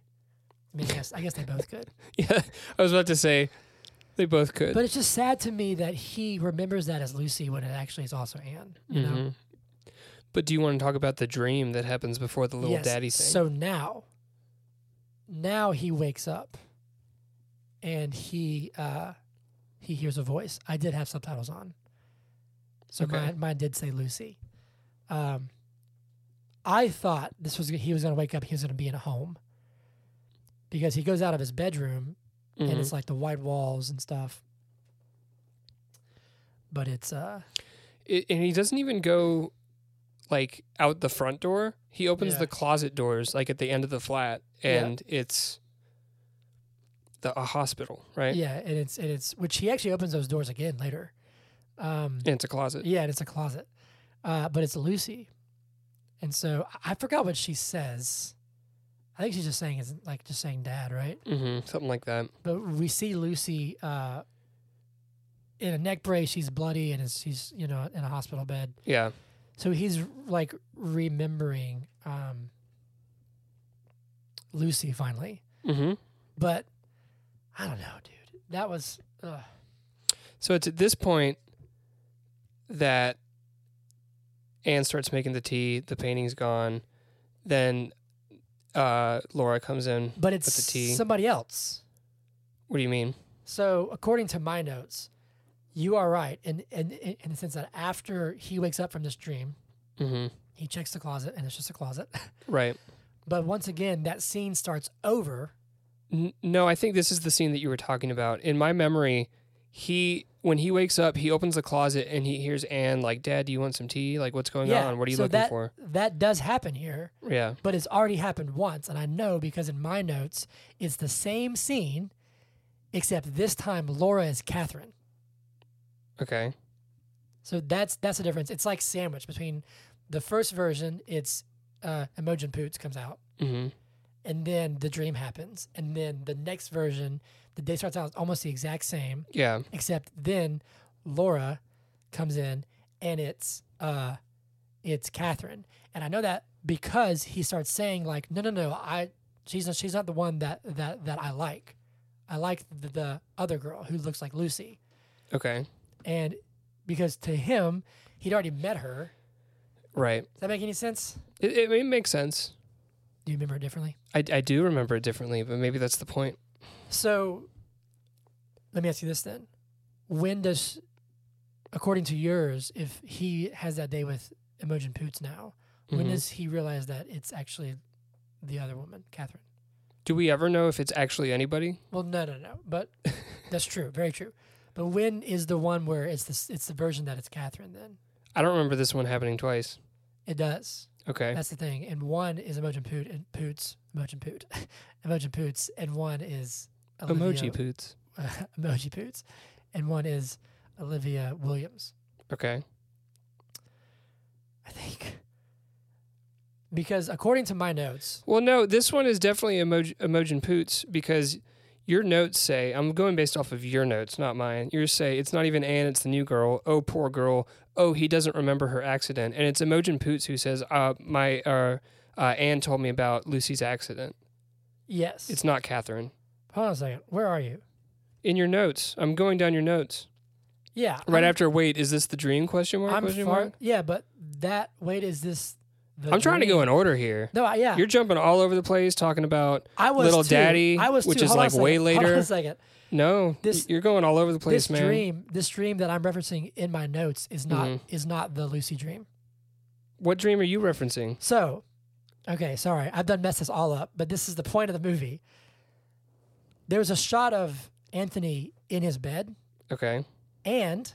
S1: I mean, I guess, I guess they both could,
S2: Yeah, I was about to say they both could.
S1: but it's just sad to me that he remembers that as Lucy when it actually is also Anne. You know?
S2: Mhm. But do you want to talk about the dream that happens before the little
S1: Yes,
S2: daddy thing?
S1: So now, now he wakes up, and he uh, he hears a voice. I did have subtitles on, so
S2: Okay.
S1: mine, mine did say Lucy. Um, I thought this was he was going to wake up. He was going to be in a home because he goes out of his bedroom and
S2: Mhm.
S1: it's like the white walls and stuff. But it's uh,
S2: it, and he doesn't even go like out the front door. He opens
S1: Yeah.
S2: the closet doors like at the end of the flat,
S1: Yeah.
S2: and it's the a hospital, right?
S1: yeah, and it's and it's which he actually opens those doors again later. Um,
S2: And it's a closet.
S1: Yeah, and it's a closet, uh, but it's Lucy, and so I- I forgot what she says. I think she's just saying it's like just saying dad, right?
S2: hmm Something like that.
S1: But we see Lucy uh, in a neck brace. She's bloody and is, she's you know in a hospital bed.
S2: Yeah.
S1: So he's like remembering um, Lucy finally,
S2: hmm
S1: but I don't know, dude. That was ugh.
S2: So it's at this point that Anne starts making the tea. The painting's gone. Then uh, Laura comes in.
S1: but it's
S2: the tea.
S1: somebody else.
S2: What do you mean?
S1: So, according to my notes, you are right in, in, in in the sense that after he wakes up from this dream,
S2: hmm
S1: he checks the closet and it's just a closet.
S2: Right.
S1: but once again, that scene starts over.
S2: N- no, I think this is the scene that you were talking about. In my memory, he when he wakes up, he opens the closet and he hears Anne like, "Dad, do you want some tea? Like, what's going on? Oh, What are you
S1: so
S2: looking
S1: that,
S2: for?"
S1: That does happen here,
S2: Yeah.
S1: but it's already happened once. And I know because in my notes, it's the same scene, except this time Laura is Catherine.
S2: Okay.
S1: So that's that's the difference. It's like sandwich between the first version. It's uh, Emojin Poots comes out,
S2: hmm
S1: and then the dream happens and then the next version the day starts out almost the exact same
S2: Yeah.
S1: except then laura comes in and it's uh it's catherine and i know that because he starts saying like no no no i she's not, she's not the one that that that i like i like the, the other girl who looks like lucy
S2: Okay.
S1: and because to him he'd already met her
S2: Right.
S1: does that make any sense
S2: It, it, it makes sense.
S1: do you remember it differently
S2: I, I do remember it differently, but maybe that's the point.
S1: So let me ask you this then. When does, according to yours, if he has that day with Imogen Poots now, when
S2: Mhm.
S1: does he realize that it's actually the other woman, Catherine?
S2: Do we ever know if it's actually anybody?
S1: Well, no, no, no. But that's true. Very true. But when is the one where it's the, it's the version that it's Catherine then?
S2: I don't remember this one happening twice.
S1: It does.
S2: Okay.
S1: That's the thing. And one is Imogen Poot and Poots, Imogen Poot, Imogen Poots, and one is Olivia-
S2: Emoji poots.
S1: Emoji Poots, and one is Olivia Williams,
S2: Okay.
S1: I think. Because according to my notes,
S2: Well, no, this one is definitely emoji, emoji poots because your notes say I'm going based off of your notes, not mine. Yours say it's not even Anne, it's the new girl. Oh, poor girl. Oh, he doesn't remember her accident, and it's emoji poots who says, "Uh, my uh, uh, Anne told me about Lucy's accident.
S1: yes.
S2: It's not Catherine."
S1: Hold on a second. Where are you?
S2: In your notes, I'm going down your notes
S1: Yeah.
S2: right
S1: I'm,
S2: after. Wait, is this the dream? Question mark.
S1: I'm
S2: question
S1: far.
S2: mark?
S1: Yeah, but that wait is this. The
S2: I'm trying to go
S1: green-
S2: in order here.
S1: No, I, yeah.
S2: You're jumping all over the place talking about
S1: I was
S2: Little
S1: too.
S2: Daddy,
S1: I was
S2: which
S1: too.
S2: is
S1: Hold on a
S2: like way
S1: second. Hold on
S2: later.
S1: a second.
S2: no.
S1: This-
S2: you're going all over the place,
S1: this
S2: man.
S1: dream, this dream that I'm referencing in my notes is not
S2: Mhm.
S1: is not the Lucy dream.
S2: What dream are you referencing?
S1: So, okay, sorry, I've done messed this all up, but this is the point of the movie. There's a shot of Anthony in his bed
S2: Okay.
S1: and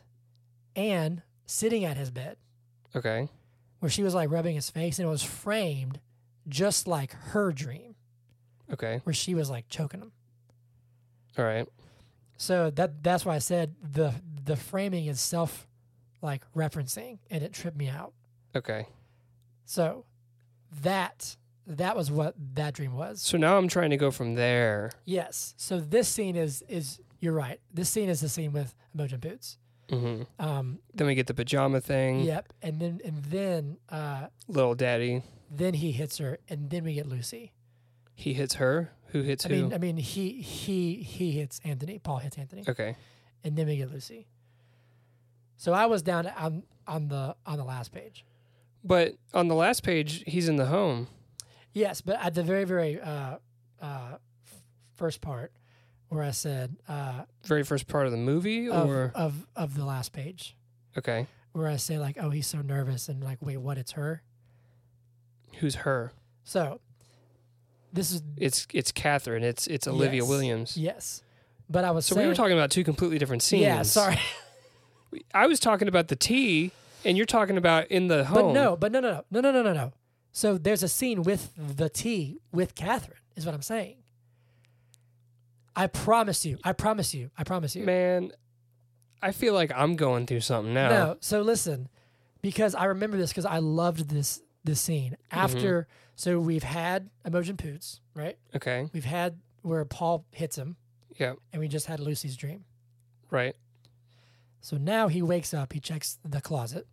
S1: Anne sitting at his bed
S2: Okay.
S1: where she was like rubbing his face and it was framed just like her dream
S2: Okay.
S1: where she was like choking him.
S2: All right.
S1: So that that's why I said the the framing is self like referencing and it tripped me out.
S2: Okay.
S1: So that that was what that dream was.
S2: So now I'm trying to go from there.
S1: Yes. So this scene is is you're right. This scene is the scene with Emojin Boots.
S2: hmm
S1: Um,
S2: Then we get the pajama thing.
S1: Yep. And then and then uh,
S2: Little daddy.
S1: then he hits her, and then we get Lucy.
S2: He hits her. Who hits
S1: I
S2: who?
S1: mean, I mean, he he he hits Anthony. Paul hits Anthony,
S2: okay.
S1: and then we get Lucy. So I was down on on the on the last page.
S2: But on the last page, he's in the home.
S1: Yes, but at the very very uh, uh, f- first part, where I said uh,
S2: Very first part of the movie,
S1: of,
S2: or
S1: of of the last page,
S2: okay,
S1: where I say like, oh, he's so nervous, and like, wait, what? It's her.
S2: who's her?
S1: So this is
S2: It's it's Catherine. It's it's Olivia
S1: Yes.
S2: Williams.
S1: yes, but I was
S2: So
S1: saying,
S2: we were talking about two completely different scenes.
S1: Yeah, sorry,
S2: I was talking about the tea, and you're talking about in the
S1: but
S2: home.
S1: no, but no, no, no, no, no, no, no. So there's a scene with the tea with Catherine, is what I'm saying. I promise you, I promise you, I promise you.
S2: man, I feel like I'm going through something now.
S1: No, so listen, because I remember this because I loved this this scene
S2: Mm-hmm.
S1: after. So we've had Emojin Poots, right?
S2: Okay,
S1: We've had where Paul hits him,
S2: yeah,
S1: and we just had Lucy's dream.
S2: right,
S1: So now he wakes up, he checks the closet.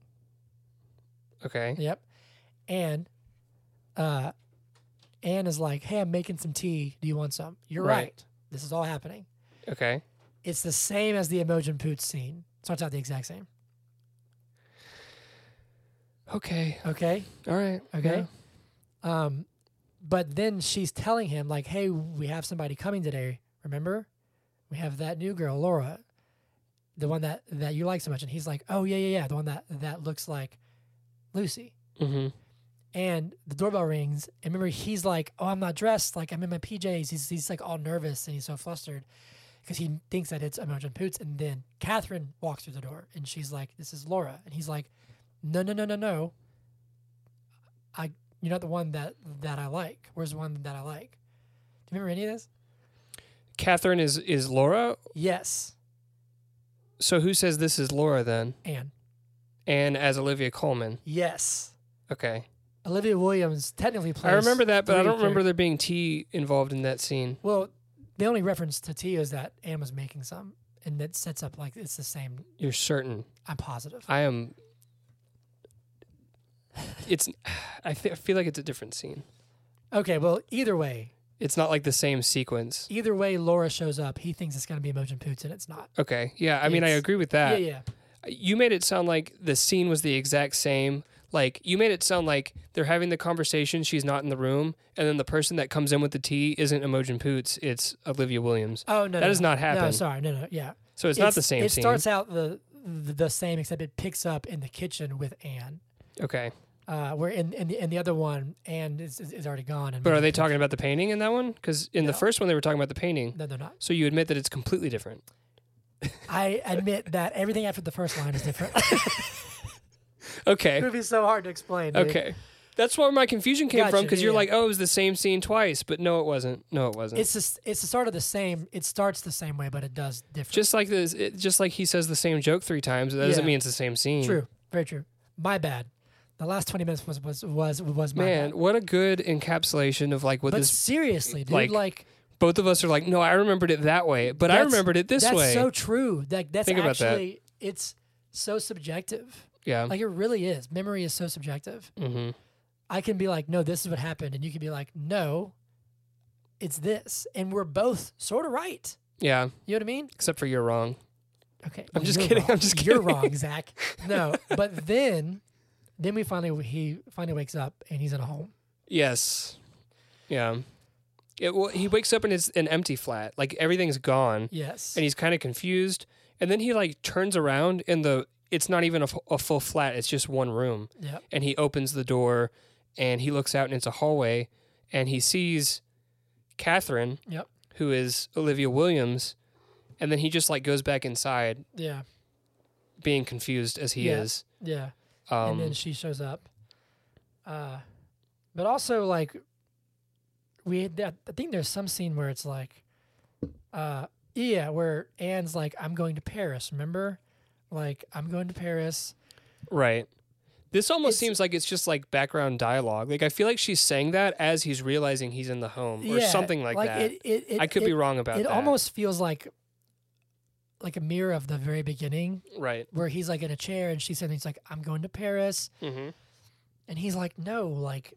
S2: okay,
S1: Yep. And uh Anne is like, Hey, I'm making some tea. Do you want some? You're right.
S2: Right.
S1: This is all happening.
S2: okay.
S1: It's the same as the Emojin Poots scene. Starts out the exact same.
S2: Okay.
S1: Okay.
S2: All right.
S1: Okay. Um but then she's telling him, like, hey, we have somebody coming today, remember? We have that new girl, Laura. The one that, that you like so much. And he's like, Oh yeah, yeah, yeah. The one that, that looks like Lucy.
S2: hmm
S1: and the doorbell rings and remember he's like oh i'm not dressed like i'm in my pjs he's, he's like all nervous and he's so flustered because he thinks that it's Emojin Poots. And then Catherine walks through the door and she's like, This is Laura. And he's like, No, no, no, no, no. I you're not the one that that I like. Where's the one that I like? Do you remember any of this?
S2: Catherine is is Laura.
S1: Yes.
S2: So who says this is Laura then?
S1: Anne.
S2: And as Olivia Coleman.
S1: Yes.
S2: Okay.
S1: Olivia Williams technically plays
S2: I remember that, but I
S1: three
S2: don't remember
S1: characters.
S2: there being tea involved in that scene.
S1: Well, the only reference to Tia is that Anne was making some and that sets up like it's the same
S2: You're certain.
S1: I'm positive.
S2: I am. It's. I, fe- I feel like it's a different scene.
S1: Okay, well, either way,
S2: It's not like the same sequence.
S1: either way, Laura shows up. He thinks it's going to be Mojin Poots, and it's not.
S2: Okay. Yeah. I mean, I
S1: It's-
S2: agree with that.
S1: yeah, yeah.
S2: You made it sound like the scene was the exact same. Like you made it sound like they're having the conversation. She's not in the room, and then the person that comes in with the tea isn't Emojin Poots. It's Olivia Williams.
S1: Oh no,
S2: That
S1: no,
S2: does
S1: no.
S2: not happen.
S1: No, sorry, no, no, yeah.
S2: So it's, not the same
S1: It
S2: scene.
S1: starts out the, the the same, except it picks up in the kitchen with Anne.
S2: okay.
S1: Uh, where in in the, in the other one, Anne is, is, is already gone. And
S2: But are they talking about the painting in that one? Because in the
S1: No.
S2: first one they were talking about the painting.
S1: No, they're not.
S2: So you admit that it's completely different.
S1: I admit that everything after the first line is different. it
S2: Okay.
S1: would be so hard to explain. dude.
S2: Okay. That's where my confusion came
S1: Gotcha,
S2: from. Because
S1: yeah,
S2: you're
S1: yeah.
S2: like, oh, it was the same scene twice, but no, it wasn't. No, it wasn't.
S1: It's just, it's sort of the same. It starts the same way, but it does different.
S2: just like this. It, just like he says the same joke three times. That doesn't
S1: Yeah.
S2: mean it's the same scene.
S1: True. Very true. My bad. The last twenty minutes was was was was my
S2: Man,
S1: bad.
S2: what a good encapsulation of like what
S1: But
S2: this.
S1: seriously, dude,
S2: like,
S1: like,
S2: Both of us are like, no, I remembered it that way, but I
S1: that's-
S2: remembered it this
S1: that's
S2: way.
S1: so true. Like that's
S2: Think about that. Mm-hmm.
S1: actually it's so subjective.
S2: yeah.
S1: Like it really is. Memory is so subjective.
S2: mm-hmm.
S1: I can be like, no, this is what happened, and you can be like, no, it's this, and we're both sort of right.
S2: Yeah.
S1: You know what I mean?
S2: Except for you're wrong.
S1: Okay.
S2: I'm just
S1: you're
S2: kidding,
S1: wrong.
S2: I'm just
S1: You're
S2: kidding.
S1: wrong, Zach. No, but then, then we finally he finally wakes up and he's in a home.
S2: Yes. Yeah. It, well, he wakes up in his an empty flat. Like everything's gone.
S1: Yes.
S2: and he's kind of confused and then he like turns around and the it's not even a, f- a full flat it's just one room
S1: yeah.
S2: and he opens the door and he looks out and it's a hallway and he sees catherine
S1: Yep.
S2: who is olivia williams and then he just like goes back inside
S1: Yeah.
S2: being confused as he
S1: Yeah.
S2: is
S1: Yeah.
S2: um,
S1: and then she shows up. Uh, but also like we had that I think there's some scene where it's like, uh, yeah, where Anne's like, I'm going to Paris. Remember, like I'm going to Paris.
S2: right this almost
S1: It's-
S2: seems like it's just like background dialogue like i feel like she's saying that as he's realizing he's in the home or
S1: yeah,
S2: something like, that
S1: It, it, it,
S2: i could
S1: it,
S2: be wrong about
S1: It
S2: that
S1: almost feels like like a mirror of the very beginning
S2: Right.
S1: where he's like in a chair and she said he's like I'm going to Paris
S2: hmm
S1: and he's like no like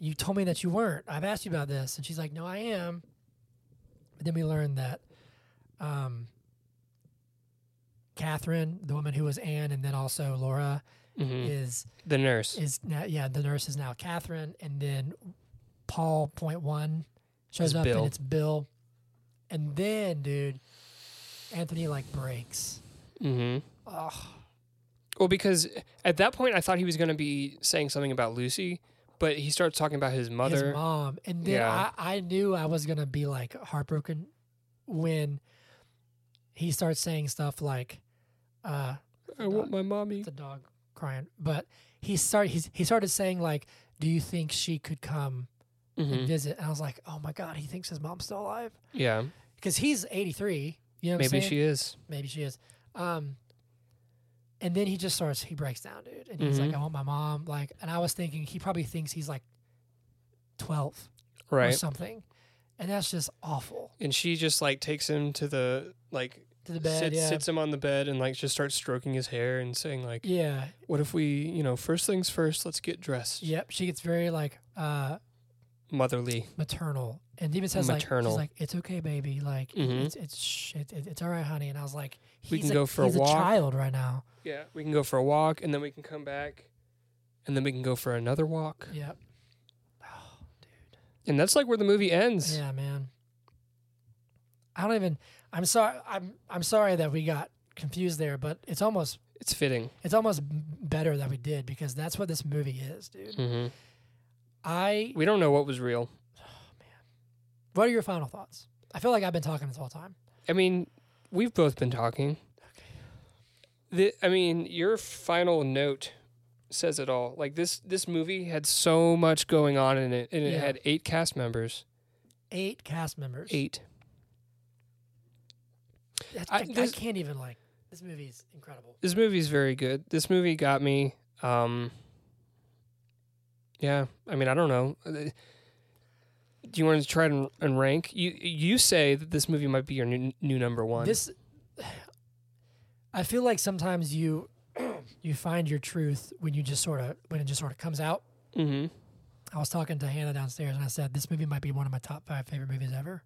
S1: you told me that you weren't I've asked you about this and she's like no I am but then we learned that um Catherine the woman who was Anne and then also Laura
S2: hmm
S1: is
S2: The nurse.
S1: is now yeah the nurse is now Catherine and then Paul point one shows
S2: Is
S1: up
S2: Bill.
S1: and it's Bill and then dude Anthony like breaks
S2: hmm
S1: oh
S2: Well, because at that point I thought he was going to be saying something about Lucy, but he starts talking about his mother.
S1: his mom and then
S2: Yeah.
S1: I, I knew I was gonna be like heartbroken when he starts saying stuff like uh
S2: I want my mommy.
S1: the dog crying but he started he's, he started saying like do you think she could come and
S2: hmm
S1: visit and I was like oh my god he thinks his mom's still alive
S2: Yeah,
S1: because he's 83 you know what I'm
S2: maybe
S1: saying?
S2: she is.
S1: Maybe she is. Um, and then he just starts. He breaks down, dude, and he's like,
S2: Mhm.
S1: "I want my mom." Like, and I was thinking he probably thinks he's like twelve or
S2: Right.
S1: something, and that's just awful
S2: And she just like takes him to the like
S1: to the bed.
S2: sits,
S1: yeah,
S2: sits him on the bed and like just starts stroking his hair and saying like,
S1: yeah,
S2: "What if we, you know, first things first, let's get dressed."
S1: yep. She gets very like uh
S2: Motherly.
S1: maternal, and even says
S2: Maternal.
S1: like, "She's like, it's okay, baby. Like,
S2: Mhm.
S1: it's it's sh- it, it, it's all right, honey." And I was like, he's
S2: We can
S1: a,
S2: go for a
S1: he's
S2: walk.
S1: child right now.
S2: Yeah, we can go for a walk and then we can come back, and then we can go for another walk.
S1: Yep.
S2: And that's like where the movie ends.
S1: Yeah, man. I don't even. I'm sorry. I'm I'm sorry that we got confused there, but it's almost
S2: It's fitting.
S1: it's almost b- better that we did because that's what this movie is, dude.
S2: hmm
S1: I.
S2: We don't know what was real.
S1: What are your final thoughts? I feel like I've been talking this whole time.
S2: I mean, we've both been talking. The, I mean, your final note says it all. Like this, this movie had so much going on in it, and
S1: Yeah.
S2: it had eight cast members.
S1: Eight cast members.
S2: Eight.
S1: That-
S2: I-
S1: I, I
S2: this-
S1: can't even like. This movie is incredible.
S2: This movie's very good. This movie got me. Um, yeah, I mean, I don't know. Uh, Do you want to try and, and rank? You you say that this movie might be your new, new number one.
S1: This. I feel like sometimes you, you find your truth when you just sort of when it just sort of comes out.
S2: hmm
S1: I was talking to Hannah downstairs and I said this movie might be one of my top five favorite movies ever.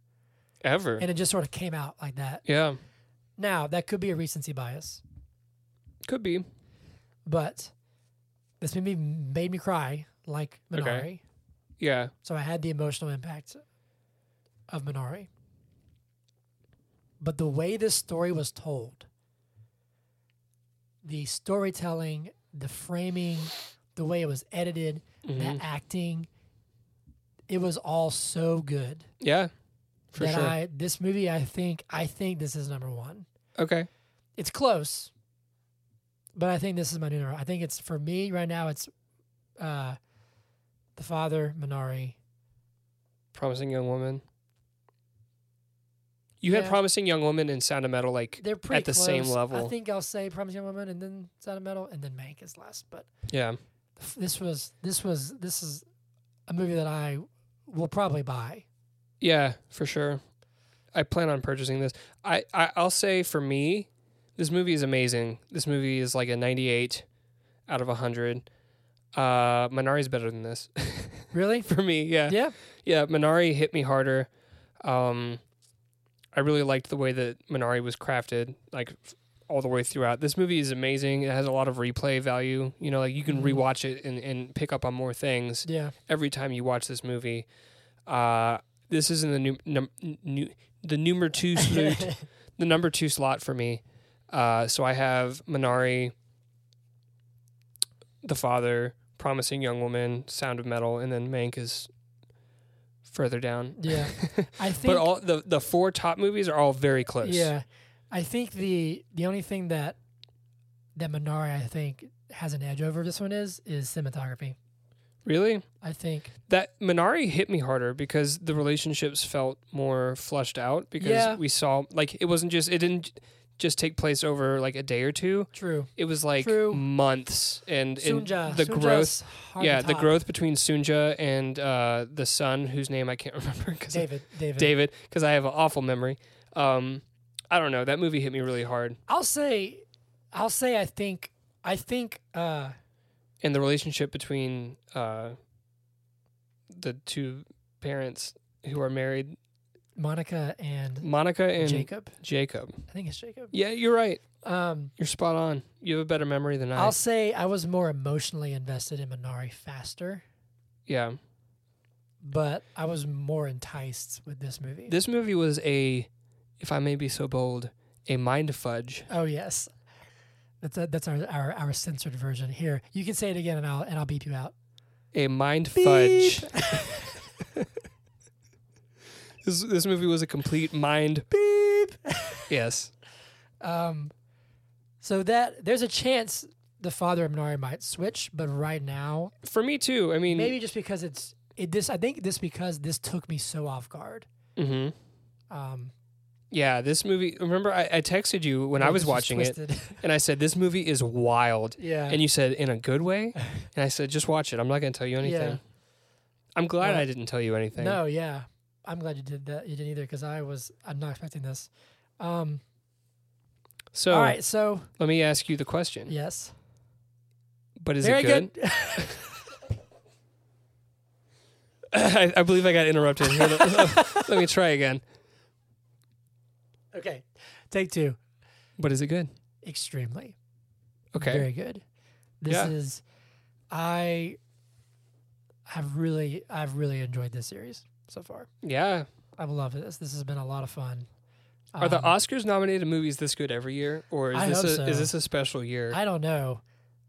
S2: ever.
S1: and it just sort of came out like that.
S2: yeah,
S1: Now that could be a recency bias,
S2: could be.
S1: but this movie made me cry like Minari,
S2: Okay. Yeah,
S1: so I had the emotional impact of Minari. But the way this story was told, the storytelling, the framing, the way it was edited,
S2: Mhm.
S1: the acting, it was all so good
S2: yeah, for
S1: that
S2: sure.
S1: I this movie I think I think this is number one.
S2: okay.
S1: it's close, but I think this is my new number. I think it's for me right now. It's uh, the father Minari.
S2: Promising Young Woman. You had
S1: Yeah.
S2: Promising Young Woman and Sound of Metal like
S1: They're pretty
S2: at the same
S1: close.
S2: level.
S1: I think I'll say Promising Young Woman and then Sound of Metal and then Mank is last. But
S2: yeah,
S1: f- this was this was this is a movie that I will probably buy.
S2: yeah, for sure. I plan on purchasing this. I, I I'll say for me, this movie is amazing. This movie is like a ninety eight out of hundred. Uh, Minari's better than this
S1: Really?
S2: for me. Yeah,
S1: yeah.
S2: yeah. Minari hit me harder. Um, I really liked the way that Minari was crafted, like f- all the way throughout. This movie is amazing. It has a lot of replay value. You know, like you can
S1: Mhm.
S2: rewatch it and, and pick up on more things
S1: Yeah.
S2: every time you watch this movie. Uh, this is in the new, num, new the number two slot, the number two slot for me. Uh, so I have Minari, The Father, Promising Young Woman, Sound of Metal, and then Mank is further down.
S1: yeah. I think.
S2: But all the the four top movies are all very close.
S1: Yeah, I think the the only thing that that Minari I think has an edge over this one is is cinematography.
S2: Really?
S1: I think
S2: That Minari hit me harder because the relationships felt more flushed out because
S1: Yeah.
S2: we saw like it wasn't just it didn't just take place over like a day or two.
S1: true.
S2: It was like
S1: True.
S2: months and, and
S1: Sunja,
S2: the
S1: Sunja's
S2: growth
S1: hard to
S2: yeah, the
S1: top.
S2: growth between Sunja and uh, the son, whose name I can't remember because
S1: David, David,
S2: David, because I have an awful memory. Um, I don't know. That movie hit me really hard.
S1: I'll say, I'll say, I think, I think, uh,
S2: And the relationship between uh, the two parents who are married,
S1: Monica and
S2: Monica and
S1: Jacob.
S2: Jacob.
S1: I think it's Jacob.
S2: Yeah, you're right.
S1: Um,
S2: You're spot on. You have a better memory than I.
S1: I'll say I was more emotionally invested in Minari faster,
S2: yeah.
S1: but I was more enticed with this movie.
S2: This movie was a, if I may be so bold, a mind fudge.
S1: oh yes, that's a, that's our, our our censored version. Here, you can say it again, and I'll and I'll beep you out.
S2: A mind fudge. this, this movie was a complete mind.
S1: Beep.
S2: Yes.
S1: Um, so that there's a chance the father of Minari might switch, but right now,
S2: For me, too. I mean,
S1: maybe just because it's it this I think this because this took me so off guard.
S2: hmm
S1: Um,
S2: Yeah, this movie. Remember, I, I texted you when I was watching it,
S1: it.
S2: and I said this movie is wild,
S1: yeah,
S2: and you said in a good way, and I said just watch it. I'm not going to tell you anything.
S1: Yeah.
S2: I'm glad
S1: Well,
S2: I didn't tell you anything.
S1: no, yeah, I'm glad you did that. You didn't either because I was I'm not expecting this. Um,
S2: So
S1: all right, so
S2: let me ask you the question.
S1: yes,
S2: But is
S1: very
S2: it good? I, I believe I got interrupted. Here, let, let me try again.
S1: okay, take two.
S2: But is it good?
S1: Extremely
S2: Okay.
S1: very good. This
S2: Yeah.
S1: is I have really I've really enjoyed this series so far.
S2: yeah.
S1: I've loved this. This has been a lot of fun.
S2: Are the
S1: Um,
S2: Oscars nominated movies this good every year, or is
S1: I
S2: this
S1: hope
S2: a,
S1: so.
S2: is this a special year?
S1: I don't know.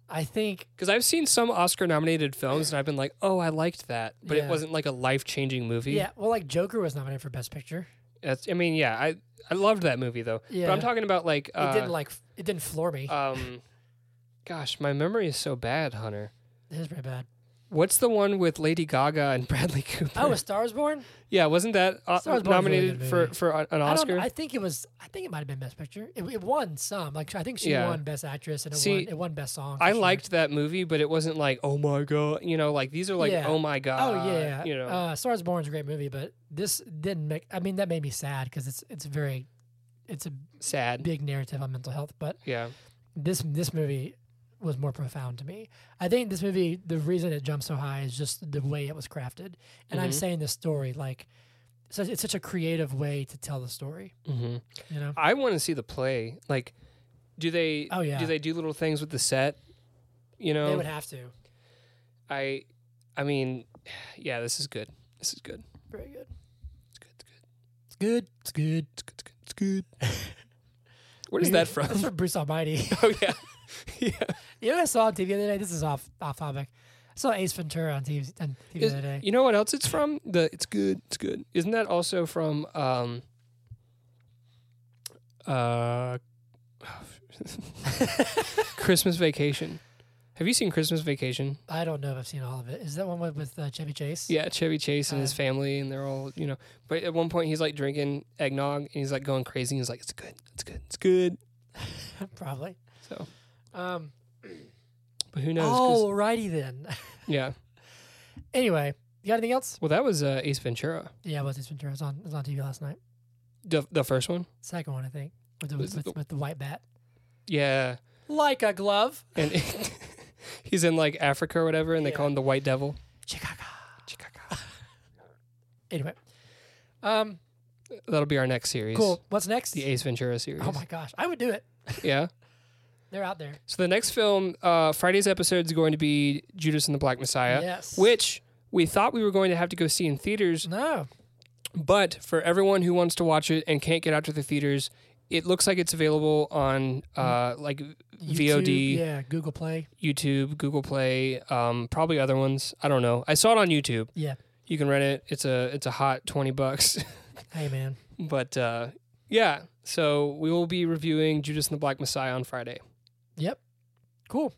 S1: I think
S2: Because I've seen some Oscar nominated films and I've been like, oh, I liked that, but
S1: Yeah.
S2: it wasn't like a life changing movie.
S1: yeah. Well, like Joker was nominated for Best Picture.
S2: That's, I mean, yeah, I I loved that movie though. But
S1: Yeah.
S2: I'm talking about like,
S1: It
S2: uh,
S1: didn't like f- it didn't floor me.
S2: um, gosh, my memory is so bad, Hunter.
S1: it was pretty bad.
S2: What's the one with Lady Gaga and Bradley Cooper?
S1: Oh, A Star Is Born.
S2: yeah, wasn't that uh,
S1: Star is Born's a really
S2: nominated
S1: good
S2: for
S1: movie.
S2: for a- an
S1: I don't-
S2: Oscar?
S1: I, think it was. I think it might have been Best Picture. It, it won some. Like I think she
S2: Yeah.
S1: won Best Actress and it
S2: See,
S1: won it won Best Song. for
S2: I
S1: sure.
S2: liked that movie, but it wasn't like, oh my god, you know, like these are like,
S1: Yeah.
S2: oh my
S1: Oh
S2: god,
S1: yeah,
S2: you know,
S1: uh, Star Is Born's a great movie, but this didn't make. I mean, that made me sad because it's it's very, it's a
S2: sad.
S1: big narrative on mental health. But
S2: yeah,
S1: this this movie was more profound to me. I think this movie, the reason it jumped so high is just the way it was crafted. And I'm
S2: Mhm.
S1: saying this story like, so it's such a creative way to tell the story.
S2: hmm
S1: You know,
S2: I want to see the play. Like, do they?
S1: Oh, yeah.
S2: Do they do little things with the set? You know,
S1: they would have to.
S2: I, I mean, yeah, this is good. This is good.
S1: Very good.
S2: It's good. It's good.
S1: It's good. It's good.
S2: It's good. It's good. It's good. Where is that from?
S1: That's from Bruce Almighty.
S2: oh yeah, yeah.
S1: you know, what I saw on TV the other day. This is off off topic. I saw Ace Ventura on TV, on TV the
S2: Is-
S1: other day.
S2: you know what else it's from? The it's good. It's good. Isn't that also from? um uh Christmas Vacation. Have you seen Christmas Vacation?
S1: I don't know if I've seen all of it. Is that one with, with uh, Chevy Chase?
S2: Yeah, Chevy Chase and his
S1: Uh,
S2: family, and they're all you know. But at one point, he's like drinking eggnog, and he's like going crazy. And he's like, "It's good, it's good, it's good."
S1: probably.
S2: So,
S1: Um,
S2: but who knows? 'cause-
S1: alrighty then.
S2: Yeah.
S1: anyway, you got anything else?
S2: Well, that was uh, Ace Ventura,
S1: Yeah, it was Ace Ventura. It was on, it was on TV last night.
S2: the, the first one.
S1: Second one, I think, with the,
S2: Was
S1: with,
S2: it
S1: with, with the white bat.
S2: Yeah,
S1: Like a glove.
S2: and he's in like Africa or whatever, and they call
S1: Yeah.
S2: him the White Devil.
S1: Chicago. Anyway. Um,
S2: That'll be our next series.
S1: cool. What's next?
S2: The Ace Ventura series.
S1: Oh my gosh. I would do it.
S2: Yeah.
S1: They're out there.
S2: So the next film, uh, Friday's episode is going to be Judas and the Black Messiah,
S1: Yes.
S2: which we thought we were going to have to go see in theaters,
S1: No.
S2: but for everyone who wants to watch it and can't get out to the theaters, it looks like it's available on uh, like VOD,
S1: YouTube, Yeah, Google Play.
S2: YouTube, Google Play, um, probably other ones. I don't know. I saw it on YouTube.
S1: Yeah.
S2: You can rent it. It's a it's a hot twenty bucks.
S1: Hey man.
S2: but uh, yeah, so we will be reviewing Judas and the Black Messiah on Friday.
S1: Yep. Cool.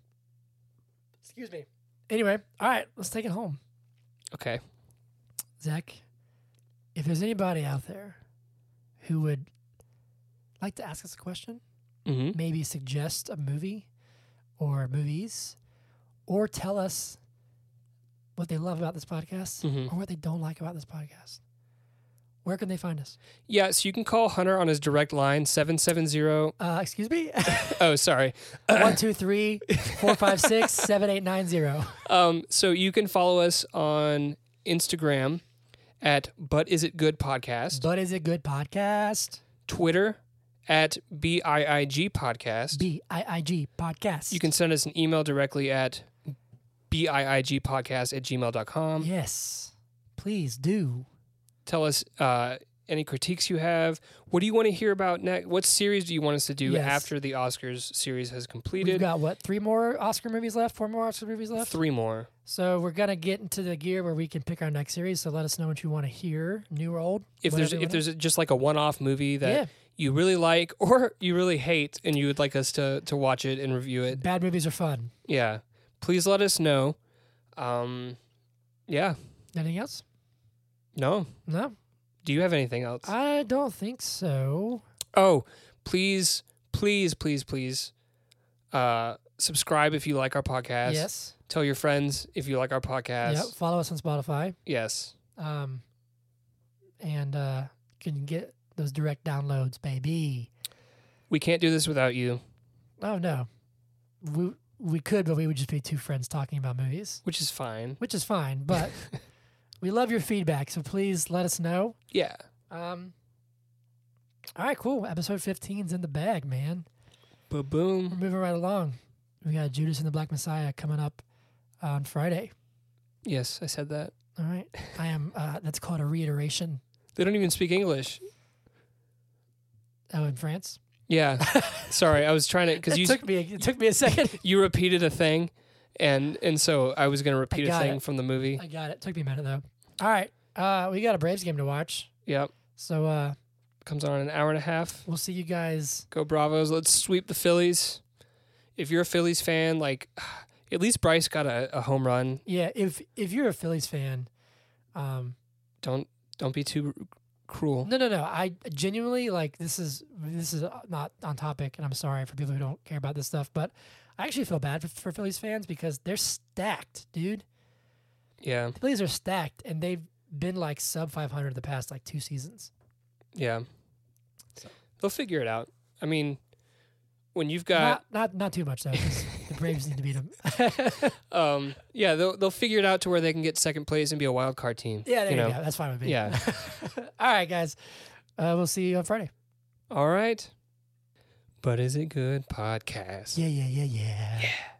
S1: Excuse me. Anyway, all right, let's take it home.
S2: Okay.
S1: Zach, if there's anybody out there who would like to ask us a question,
S2: Mm-hmm.
S1: maybe suggest a movie or movies, or tell us what they love about this podcast
S2: Mhm.
S1: or what they don't like about this podcast, Where can they find us?
S2: Yeah, so you can call Hunter on his direct line 770
S1: Uh, excuse me?
S2: Oh, sorry.
S1: One two three four five six seven eight nine zero.
S2: Um, so you can follow us on Instagram at But Is It Good Podcast,
S1: But is it good podcast?
S2: Twitter at BIIG Podcast.
S1: B I I G podcast.
S2: you can send us an email directly at BIIG Podcast at gmail.com.
S1: Yes. Please do.
S2: Tell us uh, any critiques you have. What do you want to hear about next? What series do you want us to do
S1: Yes.
S2: after the Oscars series has
S1: We've
S2: completed?
S1: got what, three more Oscar movies left? Four more Oscar movies left?
S2: Three more.
S1: So we're gonna get into the gear where we can pick our next series. So let us know what you want to hear, new or old.
S2: If
S1: whatever
S2: there's
S1: you
S2: if
S1: wanna-
S2: there's just like a one-off movie that
S1: Yeah.
S2: you really like or you really hate and you would like us to to watch it and review it,
S1: bad movies are fun.
S2: yeah, please let us know. Um, yeah,
S1: Anything else?
S2: no.
S1: No,
S2: Do you have anything else?
S1: I don't think so.
S2: Oh, please, please, please, please uh, subscribe if you like our podcast.
S1: Yes.
S2: Tell your friends if you like our podcast.
S1: Yep. Follow us on Spotify.
S2: Yes.
S1: Um, and uh, can get those direct downloads, baby.
S2: We can't do this without you,
S1: Oh no, we we could, but we would just be two friends talking about movies,
S2: which is fine.
S1: which is fine. But we love your feedback, so please let us know.
S2: Yeah.
S1: Um. All right, cool. Episode 15's in the bag, man.
S2: Boom,
S1: We're
S2: boom.
S1: moving right along. We got Judas and the Black Messiah coming up on Friday.
S2: Yes, I said that.
S1: All right. I am, uh, that's called a reiteration.
S2: They don't even speak English.
S1: Oh, in France?
S2: Yeah. Sorry, I was trying to because
S1: It
S2: you
S1: took me, it took me a second.
S2: you repeated a thing, and and so I was gonna repeat a
S1: got
S2: thing
S1: it.
S2: from the movie.
S1: I got it. Took me a minute, though. All right. Uh, we got a Braves game to watch.
S2: Yep.
S1: So uh,
S2: Comes on in an hour and a half.
S1: we'll see you guys.
S2: Go Bravos! Let's sweep the Phillies. If you're a Phillies fan, like at least Bryce got a, a home run.
S1: Yeah. If, if you're a Phillies fan, um,
S2: Don't don't be too r- cruel.
S1: no, no, no. I genuinely like this is, this is uh, not on topic, and I'm sorry for people who don't care about this stuff, but I actually feel bad for, for Phillies fans because they're stacked, dude.
S2: Yeah,
S1: The Phillies are stacked, and they've been like sub 500 the past like two seasons.
S2: yeah. They'll figure it out. I mean, when you've got
S1: not, not not too much though. 'cause the Braves need to beat them.
S2: um, yeah, they'll they'll figure it out to where they can get second place and be a wild card team.
S1: yeah, there you,
S2: know.
S1: go. That's fine with me.
S2: Yeah.
S1: All right, guys. Uh, we'll see you on Friday.
S2: All right. But is it good podcast?
S1: Yeah, yeah, yeah, yeah.
S2: yeah.